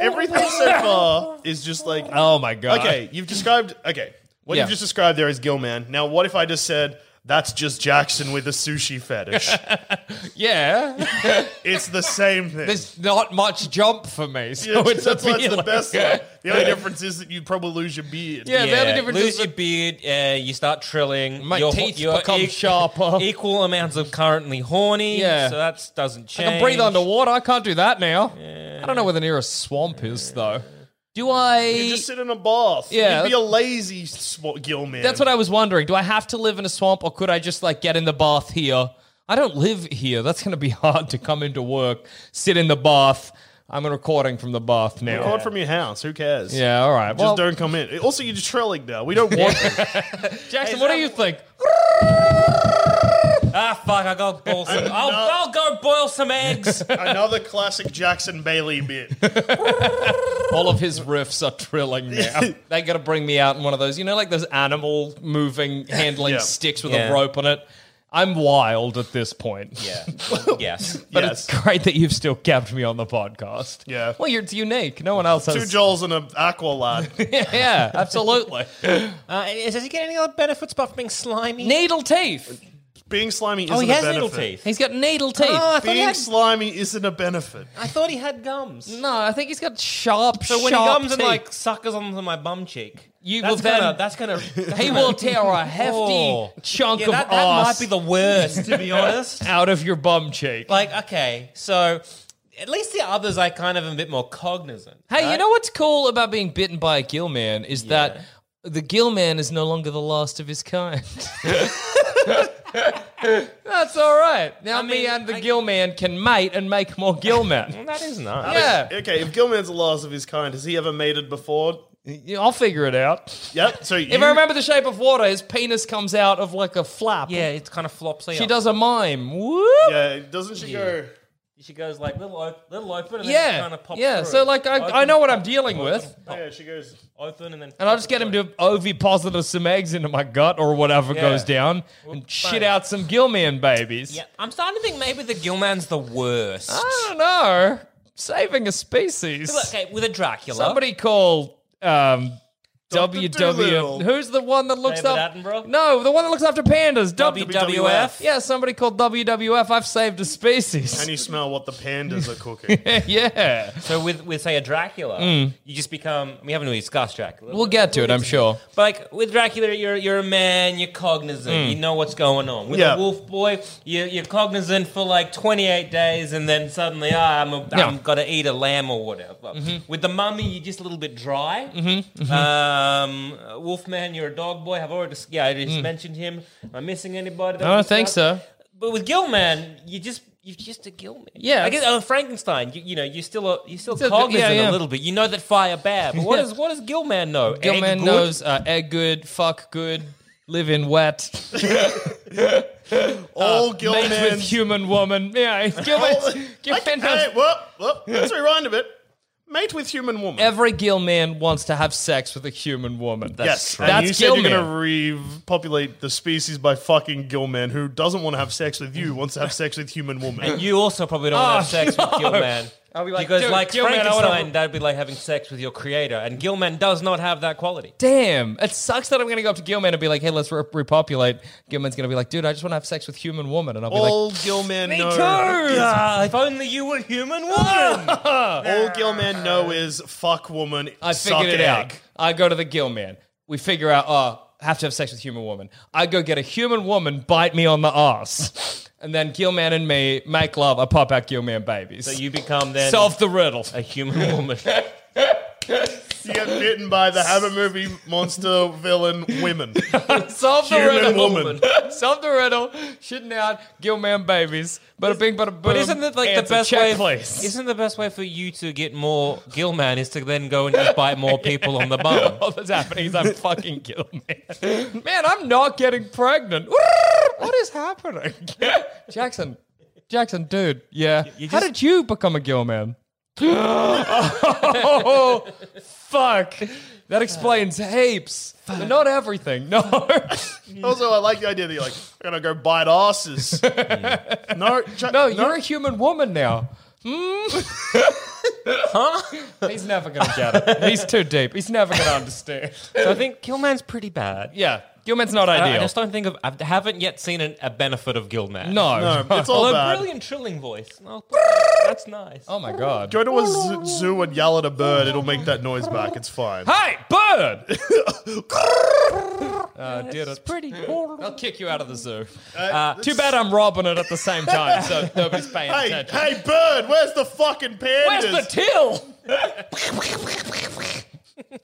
everything so far is just like,
oh my god.
okay, you've described, okay, what
Yeah.
you've just described there is Gilman. Now, what if I just said, that's just Jackson with a sushi fetish?
Yeah.
it's the same thing.
There's not much jump for me. So it's
that's why it's the
appealing.
best one. The only difference is that you probably lose your beard.
Yeah, the only difference
lose
is
your beard. Uh, you start trilling.
my
your, ho-
teeth
your
become
e-
sharper.
Equal amounts of currently horny.
Yeah.
so that doesn't
I
change.
can breathe underwater. I can't do that now. I don't know where the nearest swamp is, though. Do I?
You just sit in a bath.
Yeah.
You'd be a lazy sw- gill man.
That's what I was wondering. Do I have to live in a swamp, or could I just like get in the bath here? I don't live here. That's going to be hard to come into work, sit in the bath. I'm recording from the bath now.
Record from your house. Who cares?
Yeah, all right.
Just
Well,
don't come in. Also, you're trailing now. We don't want you.
Jackson, what do you think?
Ah, fuck! I go boil some. I'll, I'll go boil some eggs.
Another classic Jackson Bailey bit.
All of his riffs are trilling now. they got to bring me out in one of those, you know, like those animal moving, handling
Yeah.
sticks with
Yeah.
a rope on it. I'm wild at this point.
yeah. Yes.
But
yes.
it's great that you've still kept me on the podcast.
Yeah.
Well, you're it's unique. No one else has.
Two Joels and an aqua lad.
yeah, absolutely.
Uh, and does he get any other benefits apart from being slimy?
needle teeth.
Being slimy isn't
oh, he has
a benefit.
little teeth.
He's got needle teeth.
Oh, I thought, he
Being
had,
slimy isn't a benefit.
I thought he had gums.
no, I think he's got sharp.
So when he
sharp
comes and
teeth.
like suckers onto my bum cheek,
You
that's
will then-
gonna, that's gonna that's
he
gonna-
will tear a hefty
Oh.
chunk
Yeah,
of
that, that might
ass
be the worst, to be honest.
out of your bum cheek.
Like, okay, so at least the others I kind of am a bit more cognizant.
Hey, you know what's cool about being bitten by a gill man is that the gill man is no longer the last of his kind. That's all right. Now me
mean,
and the
I-
gill man can mate and make more gill men.
That is nice.
yeah,
Okay, if Gilman's the last of his kind, has he ever mated before?
Yeah, I'll figure it out.
Yep. So you,
If I remember the shape of water, his penis comes out of like a flap.
Yeah, it's kind of flops
She
out.
does a mime. Whoop. Yeah.
Yeah, doesn't she go?
She goes like little, op- little open, and then
Yeah.
it kind of pops through.
So like
Open,
I, I know what I'm dealing with.
Yeah, she goes.
open, and then
And I'll just get him to OV positive some eggs into my gut or whatever
Yeah.
goes down and shit out some gill man babies.
Yeah, I'm starting to think maybe the Gillman's the worst.
I don't know. Saving a species.
Okay, with a Dracula.
Somebody call um,
Dr. Dolittle.
WW. Who's the one that looks
David
up?
Attenborough?
No, the one that looks after pandas. W-
WWF.
yeah, somebody called WWF. I've saved a
And
species.
you smell what the pandas are cooking.
Uh,
yeah.
So with with say a Dracula, you just become. We haven't really discussed Dracula.
Mm. We'll get to it, I'm sure.
But like with Dracula, you're you're a man, you're cognizant,
Mm.
you know what's going on. With
Yeah.
the Wolf Boy, you're, you're cognizant for like 28 days, and then suddenly, ah, I'm, a,
Yeah. Mm-hmm.
I'm gotta eat a lamb or whatever. With the Mummy, you're just a little bit dry. Um, Wolfman, you're a dog boy. I've already dis- yeah, I
Mm.
just mentioned him. Am I missing anybody?
I don't think so.
But with Gillman, you just. You're just a Gillman.
Yeah.
I guess uh, Frankenstein. You, you know, you're still a, you're still
Still-
cognizant
yeah, yeah.
a little bit. You know that fire bad. But what
Yeah.
does what does Gillman know? Egg
Gilman
good?
knows uh, egg good, fuck good, live in wet,
All
mate with
Gilman's.
human woman. Yeah,
all-
Gilman. Gilman
hey,
knows.
whoop, whoop. Let's rewind a bit. Mate with human woman.
Every gill man wants to have sex with a human woman.
yes,
That's,
and you
that's
said
gill
you're going
man.
to repopulate the species by fucking Gilman, who doesn't want to have sex with you, wants to have sex with human woman.
You also probably don't want to have sex with Gilman.
I'll be like,
because
"Dude,
like
Gilman, I wanna-
Frankenstein, that'd be like having sex with your creator, and Gilman does not have that quality.
Damn, it sucks that I'm going to go up to Gilman and be like, hey, let's re- repopulate. Gilman's going to be like, dude, I just want to have sex with human woman. And I'll be
All Gilman
Me
know.
too. Ah, if only you were human woman.
All Gilman know is fuck woman.
like, I
suck
figured it
egg.
out. I go to the Gilman. We figure out, oh, have to have sex with human woman. I go get a human woman, bite me on the ass. and then Gilman and me make love. I pop out Gilman babies.
so you become then
Solve the riddle.
a human woman.
You get bitten by the Hammer movie monster villain women.
Solve the
Human
riddle.
woman.
Solve the riddle. Shitting out Gilman babies. Bada bing, bada boom.
But isn't that like the
Answer.
best
Check,
way?
please.
Isn't the best way for you to get more Gilman is to then go and just bite more people on the bum?
all that's happening is I'm fucking killed, man. Man, I'm not getting pregnant. What is happening? Jackson, Jackson, dude, yeah. How did you become a gill man? oh, fuck. That explains heaps, but not everything. No.
also, I like the idea that you're like, I'm gonna go bite asses. no, ch-
No, you're a human woman now. huh? He's never going to get it. He's too deep. He's never going to understand.
So I think Gilman's pretty bad.
Yeah, Gillman's not ideal.
I, I just don't think of. I haven't yet seen an, a benefit of Gilman.
no.
no, it's all
Although
bad.
brilliant trilling voice. Oh, that's nice.
Oh my god.
Go to a zoo- zoo and yell at a bird; it'll make that noise back. It's fine.
Hey, bird! uh, did it. pretty I'll kick you out of the zoo. Uh, Too bad I'm robbing it at the same time, so nobody's paying
Hey,
attention.
hey, bird! Where's the fucking pandas?
Where's the till?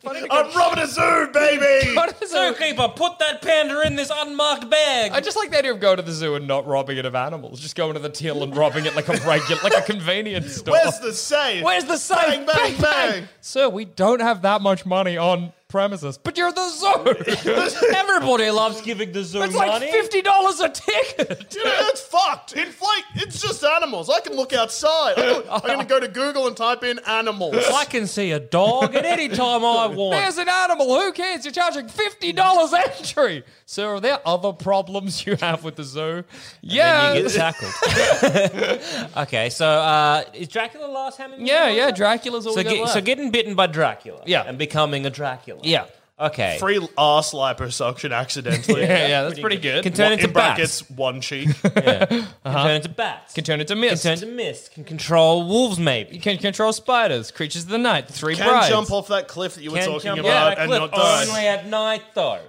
wanted to go.
I'm robbing a zoo, baby.
Go to the zoo.
Zookeeper, put that panda in this unmarked bag.
I just like the idea of going to the zoo and not robbing it of animals. Just going to the till and robbing it like a regular, like a convenience store.
Where's the safe?
Where's the safe?
Bang, bang, bang.
Sir, we don't have that much money on premises, but you're at the zoo.
Everybody loves giving the zoo
it's like
money.
fifty dollars a ticket.
You know, that's fucked. Inflate. It's just animals. I can look outside. I'm going to go to Google and type in animals.
I can see a dog at any time I want.
There's an animal. Who cares? You're charging fifty dollars entry. Sir, are there other problems you have with the zoo? Yeah.
and you get tackled. okay, so uh, is Dracula last hammer?
yeah, yeah. Dracula's all
So,
we got
get,
left.
so getting bitten by Dracula,
Yeah.
and becoming a Dracula,
Yeah.
Okay,
Free ass liposuction accidentally.
yeah, yeah. That's pretty good.
Can turn
One-
into
in
bats.
brackets, one cheek.
Can turn into bats.
Can turn into mist.
turn into mist. Can control wolves, maybe.
You can control spiders, creatures of the night, the three
Can
brides.
jump off that cliff that you were
Can
talking
jump
about
out a
and
cliff
not
only
die.
at night, though.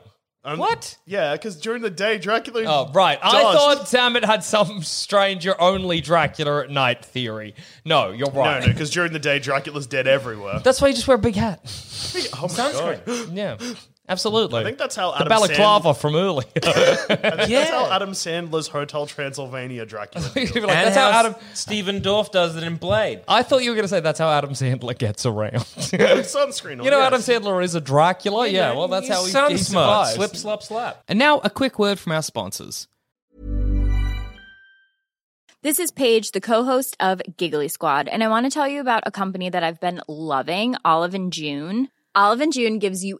Um,
What?
Yeah, because during the day, Dracula.
Oh, right. I
Dust.
thought Dammit had some strange you're only Dracula at night theory. No, you're
No,
right.
no, because during the day, Dracula's dead everywhere.
That's why you just wear a big hat.
Oh my god!
Yeah, absolutely.
I think that's how
the
Adam
balaclava
Sandler,
from earlier.
That's how Adam Sandler's Hotel Transylvania Dracula.
You'd be like,
And
that's how Adam.
Stephen Dorff does it in Blade.
I thought you were going to say that's how Adam Sandler gets around.
Put sunscreen on.
you know,
yes.
Adam Sandler is a Dracula. Oh, Yeah, well, that's how
sun
he, he
smart.
survives.
Slip, slop, slap.
And now a quick word from our sponsors.
This is Paige, the co-host of Giggly Squad, and I want to tell you about a company that I've been loving, Olive and June. Olive and June gives you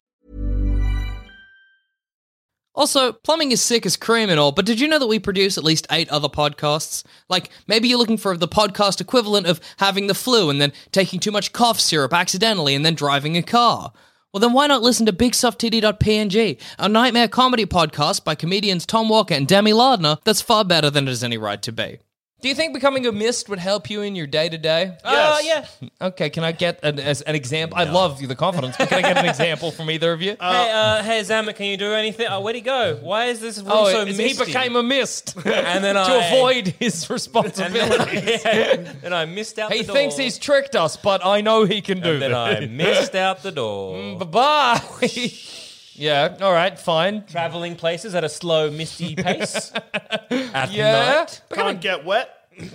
Also, plumbing is sick as cream and all, but did you know that we produce at least eight other podcasts? Like, maybe you're looking for the podcast equivalent of having the flu and then taking too much cough syrup accidentally and then driving a car. Well, then why not listen to BigSoftTitty.png, a nightmare comedy podcast by comedians Tom Walker and Demi Lardner that's far better than it has any right to be.
Do you think becoming a mist would help you in your day to day?
Oh, yeah.
Okay, can I get an, as an example? I love you, the confidence, but can I get an example from either of you?
Hey, uh, hey, Zamet, can you do anything? Oh, where'd he go? Why is this room
oh,
so
it's-
misty?
he became a mist
And then
to
I-
avoid his
and then,
responsibility.
yeah, then I missed out.
he
the
thinks
door.
he's tricked us, but I know he can do
And then I
that.
missed out the door.
Bye bye. yeah. All right. Fine.
Traveling places at a slow, misty pace. at
Yeah.
night.
Becoming-
Can't get wet.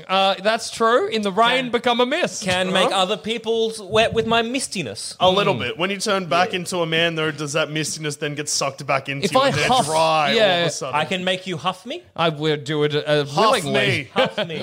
Uh, that's true. In the rain, become a mist.
Can make other people's wet with my mistiness.
Oh,
A little bit. When you turn back into a man, though, does that mistiness then get sucked back into
If
you
I
and they're
huff-
dry all of
yeah,
a sudden?
I can make you huff me.
I would do it uh,
huff
willingly.
me.
Huff me.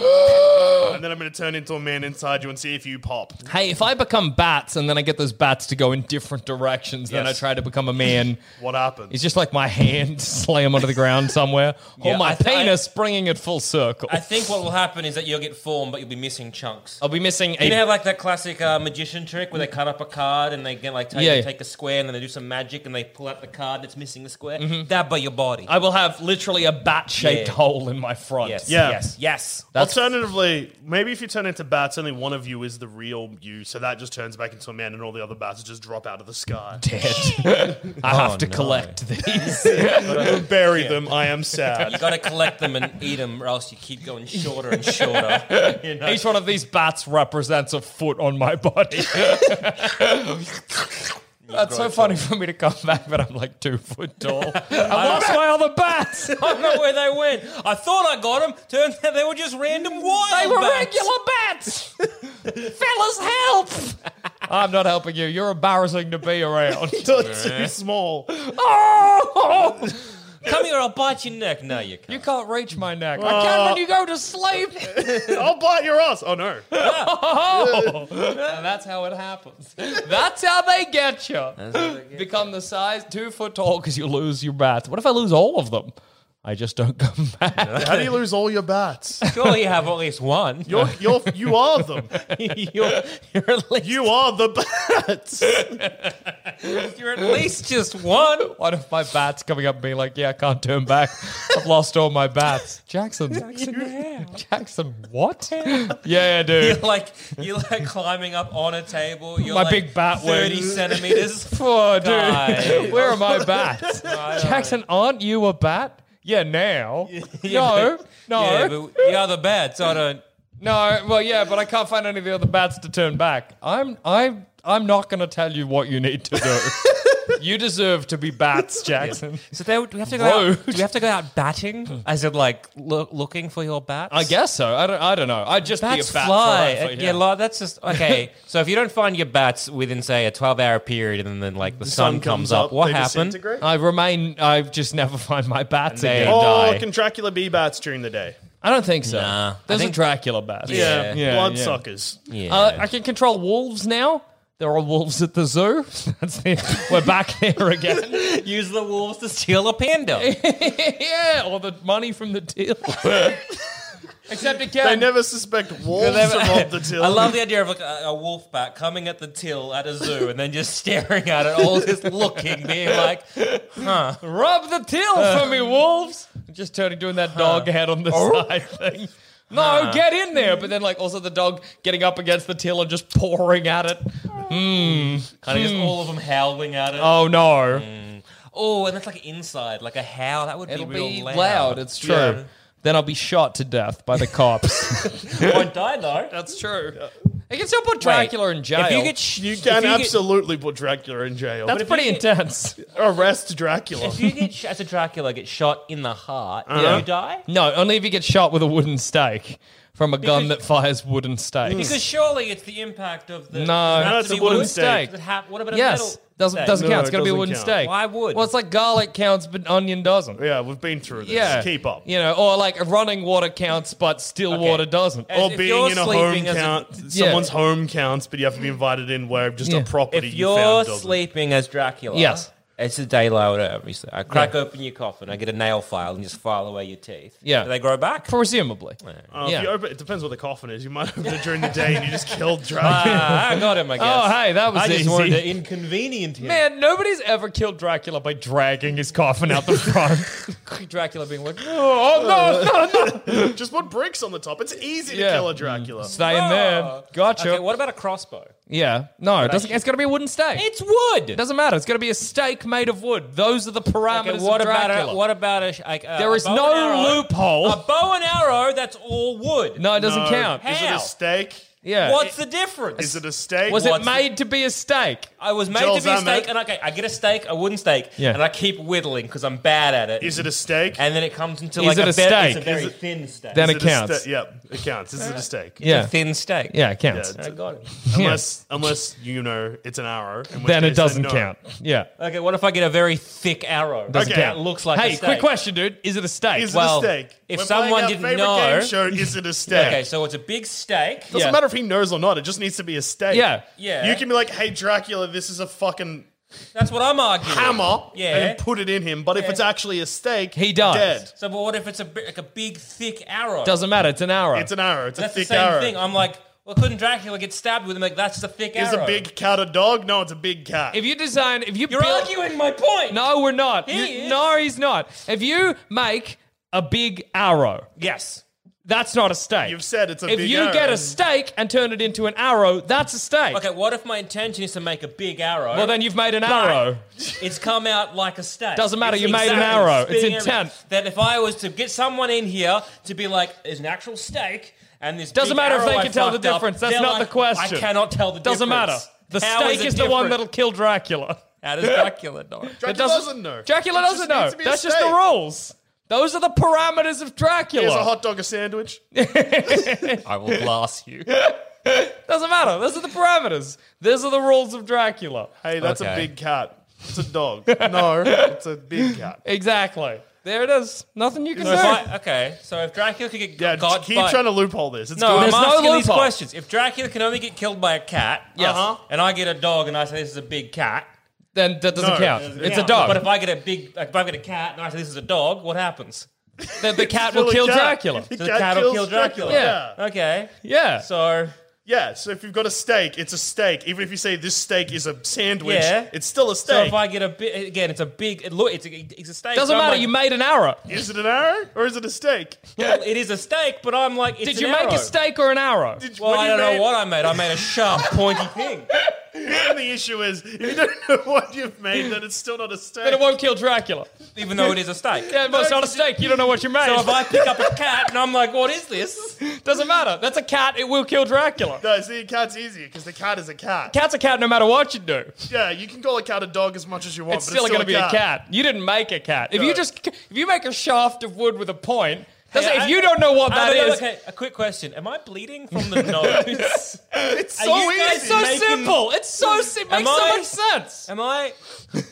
and then I'm going to turn into a man inside you and see if you pop.
Hey, if I become bats and then I get those bats to go in different directions, then I
Yes.
try to become a man.
What happens?
It's just like my hand slam onto the ground somewhere, or
Yeah,
my
I th- I-
penis bringing it full circle.
I think what will happen is that you'll get formed, but you'll be missing chunks.
I'll be missing
You know,
a.
have like that classic uh, magician trick where they cut up a card and they get like take,
Yeah.
take a square and then they do some magic and they pull out the card that's missing the square. That by your body.
Mm-hmm. I will have literally a bat-shaped
Yeah.
hole in my front.
yes,
Yeah.
yes, yes.
That's-
Alternatively, maybe if you turn into bats, only one of you is the real you, so that just turns back into a man, and all the other bats just drop out of the sky.
dead.
Oh,
I have to collect these.
Bury them. I am sad.
You got to collect them and eat them, or else you keep going shorter and shorter. You know?
Each one of these bats represents a foot on my body. That's so funny for me to come back, but I'm like two foot tall. I lost my other bats.
I don't know where they went. I thought I got them. Turns out they were just random wild
They were
bats.
regular bats. Fellas, help! I'm not helping you. You're embarrassing to be around.
You're too small.
oh!
Come here, I'll bite your neck. No, you
You
can't.
can't reach my neck. I
Uh,
can when you go to sleep.
I'll bite your ass. Oh no.
Oh! and that's how it happens. That's how they get you. Become the size two foot tall because you lose your bats. What if I lose all of them? I just don't come back.
How do you lose all your bats?
Surely you have at least one.
You're, you're, you are them.
you're, you're at least,
You are the bats.
you're at least just one.
What if my bats coming up and being like, yeah, I can't turn back. I've lost all my bats. Jackson. Jackson, Jackson, what? Yeah, yeah,
You're
dude.
like you're like climbing up on a table. You're
My
like
big bat
thirty
wings.
centimeters.
Oh, dude.
Guys.
Where are my bats? Jackson, aren't you a bat? Yeah, now. No, no.
Yeah, but the other bats. I don't.
No, well, yeah, but I can't find any of the other bats to turn back. I'm, I'm, I'm not going to tell you what you need to do. you deserve to be bats, Jackson.
So they, do we have to
go out- do
we have to go out batting? As in, like loo- looking for your bats?
I guess so. I don't, I don't know. I'd just
Bats
be a bat
fly. Uh,
forever,
yeah, like, that's just okay. so if you don't find your bats within, say, a twelve-hour period, and then like the, sun, comes up, what
they
happened?
disintegrate.
I remain. I just never find my bats
they
again.
all
Oh,
die.
can Dracula be bats during the day?
I don't think so.
Nah.
Those
I think-
are Dracula bats.
Yeah.
Bloodsuckers.
Yeah.
Uh, I can control wolves now. There are wolves at the zoo. That's the, we're back there again.
Use the wolves to steal a panda.
yeah, or the money from the deal. Except it
They
can.
never suspect wolves above the till.
I love the idea of like a, a wolf bat coming at the till at a zoo and then just staring at it, all just looking, being like,
Rub the till for me, wolves. Just turning, doing that dog head on the side thing. No, get in there. But then, like, also the dog getting up against the till and just pouring at it.
kind of just all of them howling at it.
Oh no.
Oh, and that's like inside, like a howl. That would
It'll
be real
be loud.
loud.
It's true. Then I'll be shot to death by the cops.
Won't die though.
That's true. I can still put Dracula
Wait,
in jail.
If you get, sh-
You
if
can
get-
absolutely put Dracula in jail.
That's
But
pretty
you get-
intense.
arrest Dracula.
if you get sh- as a Dracula get shot in the heart, do you die?
no, only if you get shot with a wooden stake from a gun that
Because-
fires wooden stakes.
Because surely it's the impact of the.
Hmm. No.
Does
That's
it have to
a
be
wooden
wood?
stake.
Does it have- what about a metal?
yes, doesn't
stake?
doesn't
No,
count. It's
it
got to be a
doesn't
wooden
count.
stake.
Why would?
Well, it's like garlic counts, but onion doesn't.
yeah, we've been through this.
Yeah.
Keep up.
You know, or like running water counts, but still
Okay.
water doesn't.
As
Or
if
being
you're
in a home
sleeping as a-
count,
Yeah.
someone's home counts, but you have to be invited in where just
Yeah.
a property
If
you
you're
found doesn't.
sleeping as Dracula,
Yes.
it's a daylight every. I crack open your coffin, I get a nail file, and just file away your teeth.
Yeah.
do they grow back.
presumably.
Uh,
Yeah.
if you open, it depends what the coffin is. You might open it during the day and you just killed Dracula.
Ah, I got him. I guess.
Oh, hey, that was
I just
easy.
wanted to inconvenient him.
Man, nobody's ever killed Dracula by dragging his coffin out the front. Dracula being like, oh, no, no, no.
just put bricks on the top. It's easy
Yeah.
to
Mm.
kill a Dracula.
Stay in there. Gotcha.
Okay, what about a crossbow?
yeah. No, it doesn't, it's got to be a wooden stake.
It's wood.
It doesn't matter. It's got to be a stake made of wood. Those are the parameters
Okay, what
of
about
Dracula.
a, what about a? sh- Like, uh,
there
a
is
bow and
no
arrow?
loophole.
A bow and arrow. That's all wood.
no, it doesn't
No.
count.
Is it
How?
a steak?
Yeah.
What's the difference?
Is it a steak?
was it
What's the-
made to be a steak?
I was made
Joel's
to be a
on
steak,
it.
and okay, I get a steak, a wooden steak,
Yeah.
and I keep whittling because I'm bad at it.
Is it a steak?
and then it comes into
Is
like
it
a,
a
better-
steak?
It's a very
Is it-
thin steak.
Then
Is
it
a
counts.
ste- yep, it counts. Is it a steak?
Yeah.
thin steak.
Yeah, it
Yeah,
counts.
it's-
I got it.
unless unless you know it's an arrow. in which
then it
case, then
doesn't
no.
count. Yeah.
Okay, what if I get a very thick arrow?
Doesn't
Okay.
count.
It looks like
hey,
a steak.
quick question, dude. Is it a steak?
Is
Well,
it a steak?
if
We're
someone
playing our
didn't
favorite
know-
game show, is it a steak?
Okay, so it's a big steak.
Doesn't
Yeah.
matter if he knows or not. It just needs to be a steak.
Yeah.
Yeah.
You can be like, "Hey, Dracula, this is a fucking
That's what I'm arguing.
hammer,"
Yeah.
and put it in him. But if it's actually a steak,
He dies.
Dead.
So, but what if it's a bi- like a big thick arrow?
Doesn't matter. It's an arrow.
It's an arrow. It's a
that's
thick
the same
arrow.
thing. I'm like, well, couldn't Dracula get stabbed with him? Like, that's the thick
is
arrow.
a big cat a dog? No, it's a big cat.
if you design, if you
You're
build-
arguing my point.
No, we're not.
He
You-
is.
No, he's not. If you make a big arrow,
Yes.
that's not a steak.
You've said it's a
If
big
you
arrow.
get a steak and turn it into an arrow, that's a steak.
Okay. What if my intention is to make a big arrow?
Well, then you've made an arrow.
It's come out like a steak.
Doesn't matter,
It's
you made an
exactly
arrow. It's
spinning
intent.
around. That if I was to get someone in here to be like, there's an actual steak and this
Doesn't
big
matter if
arrow
they
I
can tell the
fucked up,
difference. That's
they're
not
like,
the question.
I cannot tell the
Doesn't matter.
difference.
The
How
steak
it
is the one
different?
that'll kill Dracula.
How does Dracula know?
Dracula
It doesn't-
doesn't know.
Dracula
It just
doesn't
needs
know.
to be a
That's just the
steak.
rules. Those are the parameters of Dracula.
Here's a hot dog, a sandwich.
I will glass you.
Doesn't matter. Those are the parameters. Those are the rules of Dracula.
Hey, that's a
Okay.
big cat. It's a dog. No, it's a big cat.
Exactly. There it is. Nothing you can
So
do.
if I, okay, so if Dracula could get
Yeah,
got
keep
by,
trying to loophole this. It's
No,
good.
I'm
There's no
asking these
loophole.
questions. If Dracula can only get killed by a cat,
Yes.
uh-huh, and I get a dog and I say this is a big cat,
then that doesn't
No,
count.
it doesn't
it's
Yeah,
a dog.
But if I get a big, like, if I get a cat and I say this is a dog, what happens?
the, the cat
Still
will
a
kill
cat.
Dracula.
So the cat will
kills
kill Dracula.
Yeah. yeah.
Okay.
Yeah.
So
so if you've got a steak, it's a steak. Even if you say this steak is a sandwich,
Yeah.
it's still a
So
steak.
if I get a bit again, it's a big. It look, it's a, it's a steak.
doesn't
so I'm
matter.
like,
you made an arrow.
is it an arrow or is it a steak?
well, it is a steak, but I'm like, it's
Did
an
you make
arrow.
a steak or an arrow?
Well,
What
I
do
don't
you
know
mean?
what I made. I made a sharp, pointy thing.
And the issue is, if you don't know what you've made, then it's still not a steak.
then it won't kill Dracula.
Even though it is a steak.
Yeah, but it's not a steak. You don't know what you made.
So if I pick up a cat and I'm like, what is this?
doesn't matter. That's a cat. It will kill Dracula.
no, see, a cat's easier because the cat is a cat.
Cat's a cat no matter what you do.
Yeah, you can call a cat a dog as much as you want,
it's
but
still,
it's still
going to be a cat. You didn't make a cat. If you
No.
just if you make a shaft of wood with a point, doesn't,
Hey,
if
I-
you don't know what
I
that
don't know,
is,
Okay, a quick question. Am I bleeding from the nose?
It's so
you guys
easy.
it's so
making-
simple. It's so si- it
Am
makes so
I-
much sense.
Am I?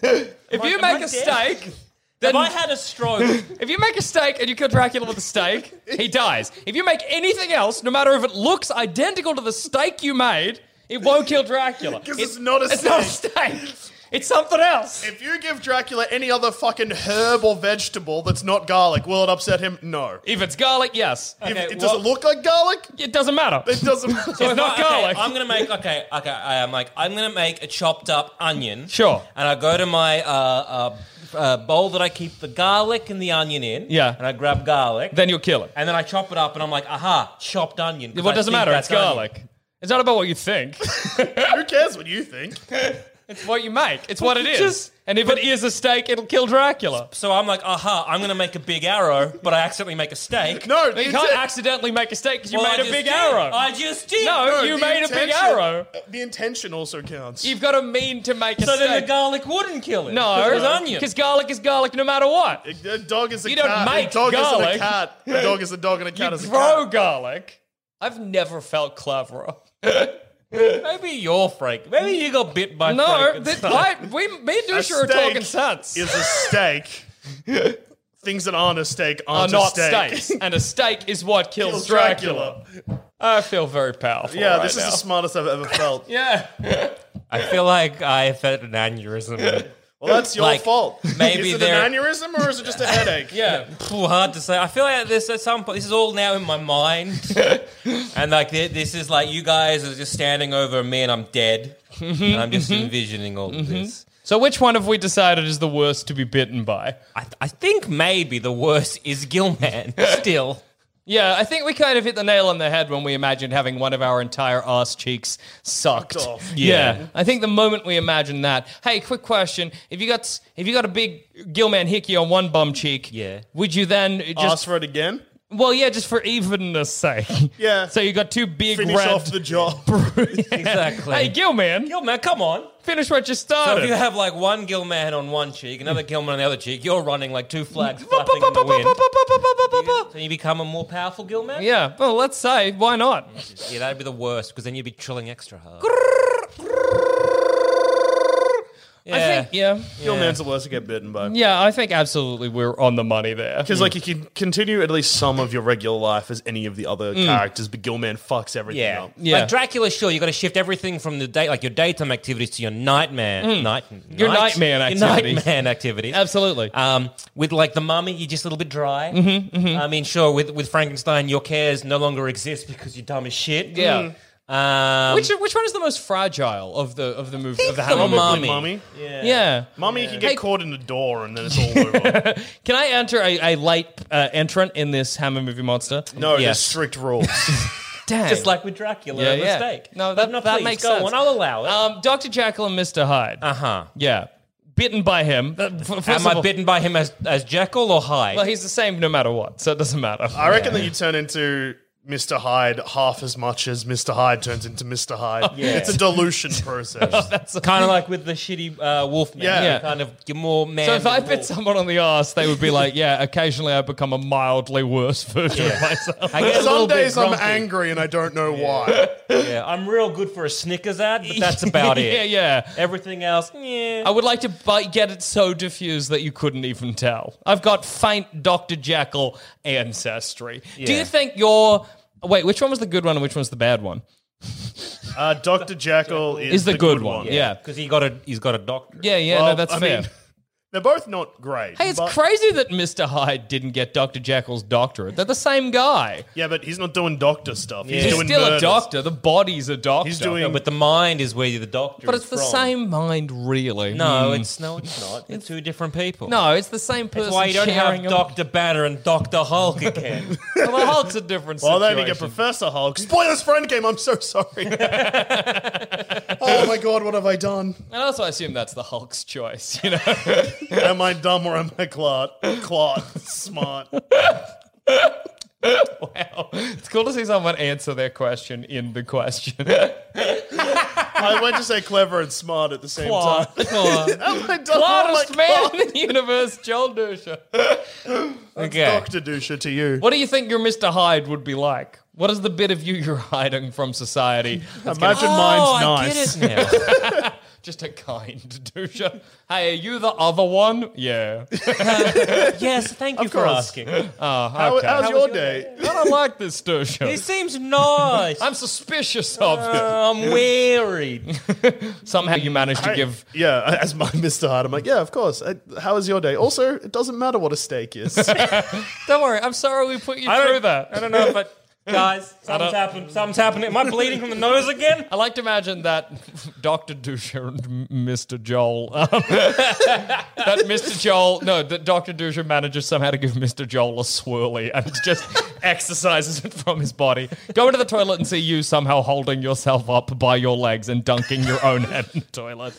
If you
am I
make a
dead?
steak,
Have
then
I had a stroke?
if you make a steak and you kill Dracula with a steak, he dies. If you make anything else, no matter if it looks identical to the steak you made, it won't kill Dracula.
'Cause it's not a
It's not a steak. It's something else.
If you give Dracula any other fucking herb or vegetable that's not garlic, will it upset him? No.
If it's garlic, yes.
If
Okay,
it doesn't
what-
look like garlic,
It doesn't matter.
it doesn't matter.
It's not
okay,
garlic.
I'm gonna make okay, okay. I am like I'm gonna make a chopped up onion.
Sure.
And I go to my uh, uh, uh, bowl that I keep the garlic and the onion in.
Yeah.
And I grab garlic.
then you'll kill it.
and then I chop it up, and I'm like, aha, chopped onion. 'cause
Well,
I
it doesn't
think
matter.
that's
It's garlic. It's not about what you think.
Who cares what you think?
it's what you make. It's what it is.
just-
and if it is a steak, it'll kill Dracula.
So I'm like, aha, I'm gonna make a big arrow, but I accidentally make a steak.
No,
But
the
you can't
inten-
accidentally make a steak because you
Well, I
made a
just
big
did.
arrow.
I just did.
No,
no,
you
the
made a big
intention-
arrow.
The intention also counts.
You've got to mean to make a
So
steak.
then the garlic wouldn't kill it.
no,
because it was onion.
Because garlic is garlic no matter what.
a dog is a
You don't
cat.
make
a dog
garlic.
is a cat. A dog is a dog and a cat
You
is a
grow
cat.
garlic. I've never felt cleverer.
Maybe you're Frank. Maybe you got bit by
No,
Frankenstein.
that, I, we, me and
A
Dusha are
steak
talking sense.
Is a steak. Things that aren't a steak
are
aren't a
not
steak.
steaks. and a steak is what kills,
Kills
Dracula.
Dracula.
I feel very powerful.
Yeah,
right
this is
now.
the smartest I've ever felt.
Yeah.
I feel like I've had an aneurysm.
Well, that's your
Like,
fault.
maybe
is it
they're-
an aneurysm or is it just a headache?
Yeah, phew, hard to say. I feel like this at some point. This is all now in my mind, and like thi- this is like you guys are just standing over me, and I'm dead, and I'm just
Mm-hmm.
envisioning all of this.
So which one have we decided is the worst to be bitten by?
I, I think maybe the worst is Gilman. Still,
Yeah, I think we kind of hit the nail on the head when we imagined having one of our entire ass cheeks sucked.
Fucked off.
Yeah. I think the moment we imagined that. Hey, quick question: If you got if you got a big Gilman hickey on one bum cheek,
Yeah.
would you then
Ask
just
for it again.
Well, yeah, just for evenness' sake.
Yeah.
So you got two big
Finish
red.
off the job.
Exactly.
Hey, Gilman,
Gilman, come on.
finish what you
So
started.
if you have like one Gilman on one cheek, another Gilman on the other cheek, you're running like two flags flapping in the wind. So you become a more powerful Gilman?
Yeah. Well, let's say why not?
Yeah, that'd be the worst because then you'd be trilling extra hard. Yeah.
I think yeah.
Your man's the worst to get bitten by.
Yeah, I think absolutely we're on the money there.
Because like you can continue at least some of your regular life as any of the other characters, but Gilman fucks everything
Yeah.
up.
Mm. Yeah.
Like Dracula, sure, you got to shift everything from the day, like your daytime activities to your nightmare, night,
Your
night-
nightman
Your
activities.
nightman activivities.
Absolutely.
Um, with like the mummy, you're just a little bit dry. Mm-hmm, I mean, sure, with with Frankenstein, your cares no longer exist because you're dumb as shit.
Yeah.
Um,
which which one is the most fragile of the of the movie of the
the
Hammer movie?
mummy.
Mummy,
Yeah.
mummy, you can get
Hey-
caught in the door and then it's all over.
Can I enter a, a late uh, entrant in this Hammer movie monster?
No, there's
Yes.
strict rules.
Dang.
just like with Dracula,
Yeah,
a
yeah.
mistake.
No,
But
that- that
please,
makes
go
sense.
on, I'll allow it.
um, Dr. Jekyll and Mr. Hyde.
uh huh.
yeah. Bitten by him. That- f- first
Uh, Am
of
I
all-
bitten by him as as Jekyll or Hyde?
Well, he's the same no matter what, so it doesn't matter.
I reckon that you turn into Mr. Hyde half as much as Mr. Hyde turns into Mr. Hyde.
Yeah.
It's a dilution process.
That's kind of like with the shitty uh, wolf man.
Yeah.
Yeah. Kind of you're more man.
So if
than
I
wolf.
bit someone on the ass, they would be like, "Yeah, occasionally I become a mildly worse version of myself."
I get a little
Some
bit
days I'm
grumpy.
angry and I don't know why.
Yeah, I'm real good for a Snickers ad, but that's about it.
yeah, yeah.
Everything else, yeah.
I would like to bite, get it so diffused that you couldn't even tell. I've got faint Dr. Jekyll ancestry. Do you
Yeah.
think your wait, which one was the good one and which one's the bad one?
Uh, Dr. Jekyll is,
Is the, good, one. Yeah.
because he got a he's got a doctor.
Yeah, yeah,
Well,
no, that's
I
fair.
mean, They're both not great.
hey, it's
but-
crazy that Mr. Hyde didn't get Dr. Jekyll's doctorate. They're the same guy.
Yeah, but he's not doing doctor stuff. He's,
He's
doing
still
murders.
a doctor. The body's a doctor.
He's doing-
No, but the mind is where you're the doctor.
But
is
it's the
from.
same mind, really.
No,
Hmm.
it's no, it's not. They're two different people.
No, it's the same person.
that's why you don't have
sharing a-
Doctor Banner and Doctor Hulk again.
Well, the Hulk's a different
Well, then
situation.
you get Professor Hulk. Spoilers for Endgame. I'm so sorry. oh my god, what have I done?
and also, I assume that's the Hulk's choice. You know,
Am I dumb or am I clot? Clot, smart.
it's cool to see someone answer their question in the question.
I went to say clever and smart at the same time. Am I dumb
Oh
Oh or am I
Smartest man
clot?
in the universe, Joel Dusha.
okay.
Doctor Dusha to you.
What do you think your Mr. Hyde would be like? What is the bit of you you're hiding from society? That's
Imagine
Oh,
mine's
I
nice.
get it now.
just a kind Dusha. Hey, are you the other one? Yeah.
yes, thank you for
course.
asking.
How,
Okay.
How's
How-
your day?
I don't like this Dusha.
He seems nice.
I'm suspicious of you.
Uh, I'm weary.
Uh. Somehow you managed to give
Yeah, as my Mr. Hyde, I'm like, yeah, of course. I, how is your day? Also, it doesn't matter what a steak is.
Don't worry, I'm sorry we put you
I
through
don't,
that.
I don't know, but guys, something's happened. Something's happened. Am I bleeding from the nose again?
I like to imagine that Dr. Dusha and Mr. Joel. um, that Mr. Joel, no, that Dr. Dusha manages somehow to give Mr. Joel a swirly and just exercises it from his body. Go into the toilet and see you somehow holding yourself up by your legs and dunking your own head in the toilet.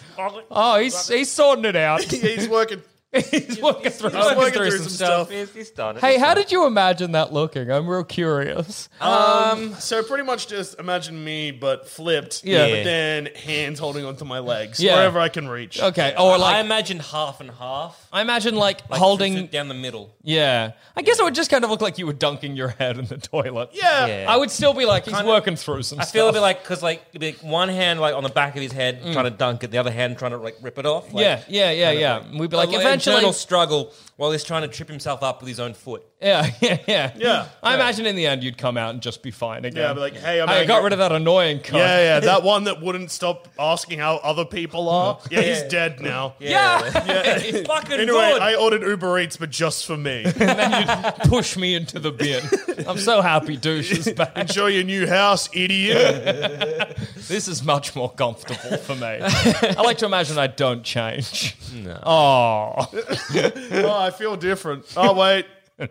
Oh, he's, he's sorting it out.
He's working.
he's working through,
working
working
through
through
some
some
stuff.
stuff.
He's, he's done it.
Hey, how did you imagine that looking? I'm real curious.
So pretty much just imagine me, but flipped.
Yeah.
But then hands holding onto my legs
Yeah.
wherever I can reach.
Okay, or
I
like,
imagine half and half.
I imagine like
Like,
holding
sit down the middle.
Yeah. I guess it would just kind of look like you were dunking your head in the toilet.
Yeah. Uh,
Yeah.
I would still be like, he's
Kinda-
working through some
I
stuff. Mm.
feel a bit like because like, it'd be like one hand like on the back of his head trying to dunk it, the other hand trying to like rip it off. Like,
yeah, yeah, yeah, yeah. We'd be like,
like
eventually.
internal struggle while he's trying to trip himself up with his own foot.
Yeah, yeah, yeah.
Yeah.
I imagine in the end you'd come out and just be fine again.
Yeah, I'd be like, hey, I'm
I got
angry.
rid of that annoying cunt.
Yeah, yeah, that one that wouldn't stop asking how other people are. Yeah, he's
Yeah.
dead now.
Uh-huh. Yeah.
He's fucking
Anyway,
good.
I ordered Uber Eats, but just for me.
and then you'd push me into the bin. I'm so happy douche is back.
Enjoy your new house, idiot.
This is much more comfortable for me. I like to imagine I don't change. No. Oh.
oh, I feel different. Oh, wait.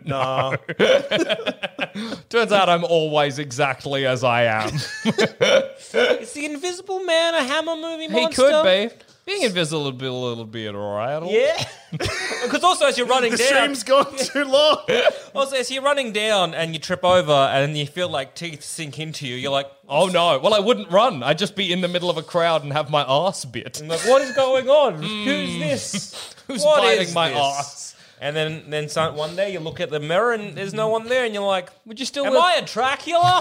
Nah.
Turns out I'm always exactly as I am.
Is the Invisible Man a Hammer movie
he
monster?
could be. Being invisible will be an alright.
Yeah. Because also as you're running
The
down,
stream's gone too long.
also as you're running down and you trip over and you feel like teeth sink into you, you're like,
Oh no! Well, I wouldn't run. I'd just be in the middle of a crowd and have my ass bit.
I'm like, what is going on? Who's this?
Who's
What
biting
is
my
this?"
ass?
And then, then some, one day you look at the mirror and there's no one there, and you're like,
Would you still?
"Am
live-
I a Dracula?"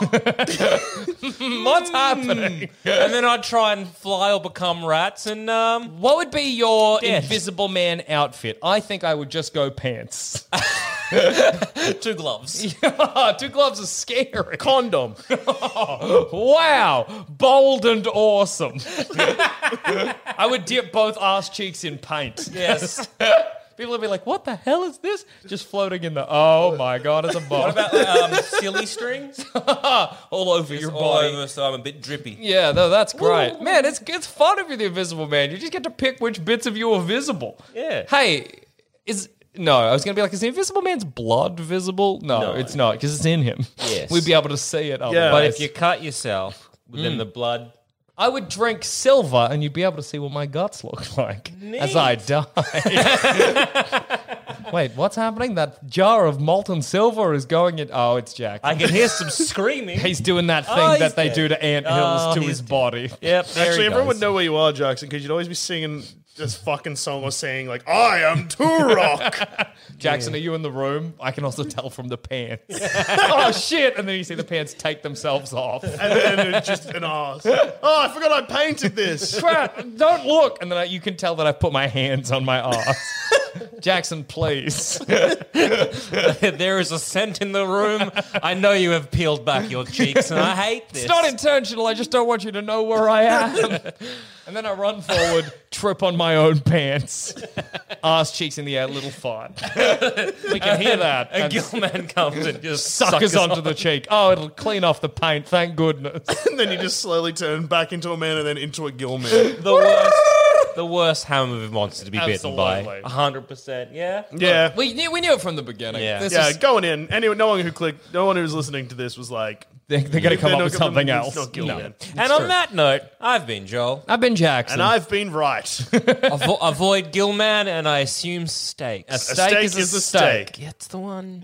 What's happening?
and then I try and fly or become rats, and um,
What would be your
Death.
Invisible Man outfit? I think I would just go pants.
two gloves.
Two gloves are scary. Condom. wow. Bold and awesome. I would dip both ass cheeks in paint.
yes.
People would be like, what the hell is this? Just floating in the, oh my God, it's a bomb.
About um, silly strings
all over your
all
body.
over, so I'm a bit drippy.
Yeah, no, that's great. Man, it's it's fun if you're the invisible man. You just get to pick which bits of you are visible.
Yeah.
Hey, is no, I was gonna be like, is the invisible man's blood visible? No, it's not, because it's in him.
Yes.
We'd be able to see it otherwise.
Yeah.
But if you cut yourself, then the blood.
I would drink silver and you'd be able to see what my guts look like as I die. Wait, what's happening? That jar of molten silver is going in oh, it's Jack.
I can hear some screaming.
He's doing that thing
Oh, he's
that they
dead.
do to ant hills
Oh,
to
he's
his
dead.
body.
yep. there
Actually,
he
everyone
goes.
would know where you are, Jackson, because you'd always be singing this fucking song or saying, like, I am Turok.
Jackson, are you in the room? I can also tell from the pants. oh shit! And then you see the pants take themselves off.
and then it's just an ass. Oh, I forgot I painted this.
Crap! Don't look. And then I, you can tell that I put my hands on my ass. Jackson, please.
there is a scent in the room. I know you have peeled back your cheeks, and I hate this.
It's not intentional. I just don't want you to know where I am. and then I run forward, trip on my own pants, ass cheeks in the air, little fart. we can hear that.
A
And
gill man comes and just
suckers
suckers on.
onto the cheek. Oh, it'll clean off the paint. Thank goodness.
and then you just slowly turn back into a man and then into a gill man.
The worst, the worst hammer of monster to be bitten
Absolutely.
by. hundred percent. Yeah.
Yeah.
We knew, we knew it from the beginning.
Yeah.
This
Yeah,
is-
going in. Anyone, no one who clicked, no one who was listening to this was like,
They, they're going to come
"No,
up
no,
with
it's
something
not
else.
Gill
No.
Man."
and on that note, I've been Joel.
I've been Jackson.
And I've been right.
Avo- avoid Gillman, and I assume steaks.
steak steak is a is a steak. steak.
Yeah, it's the one.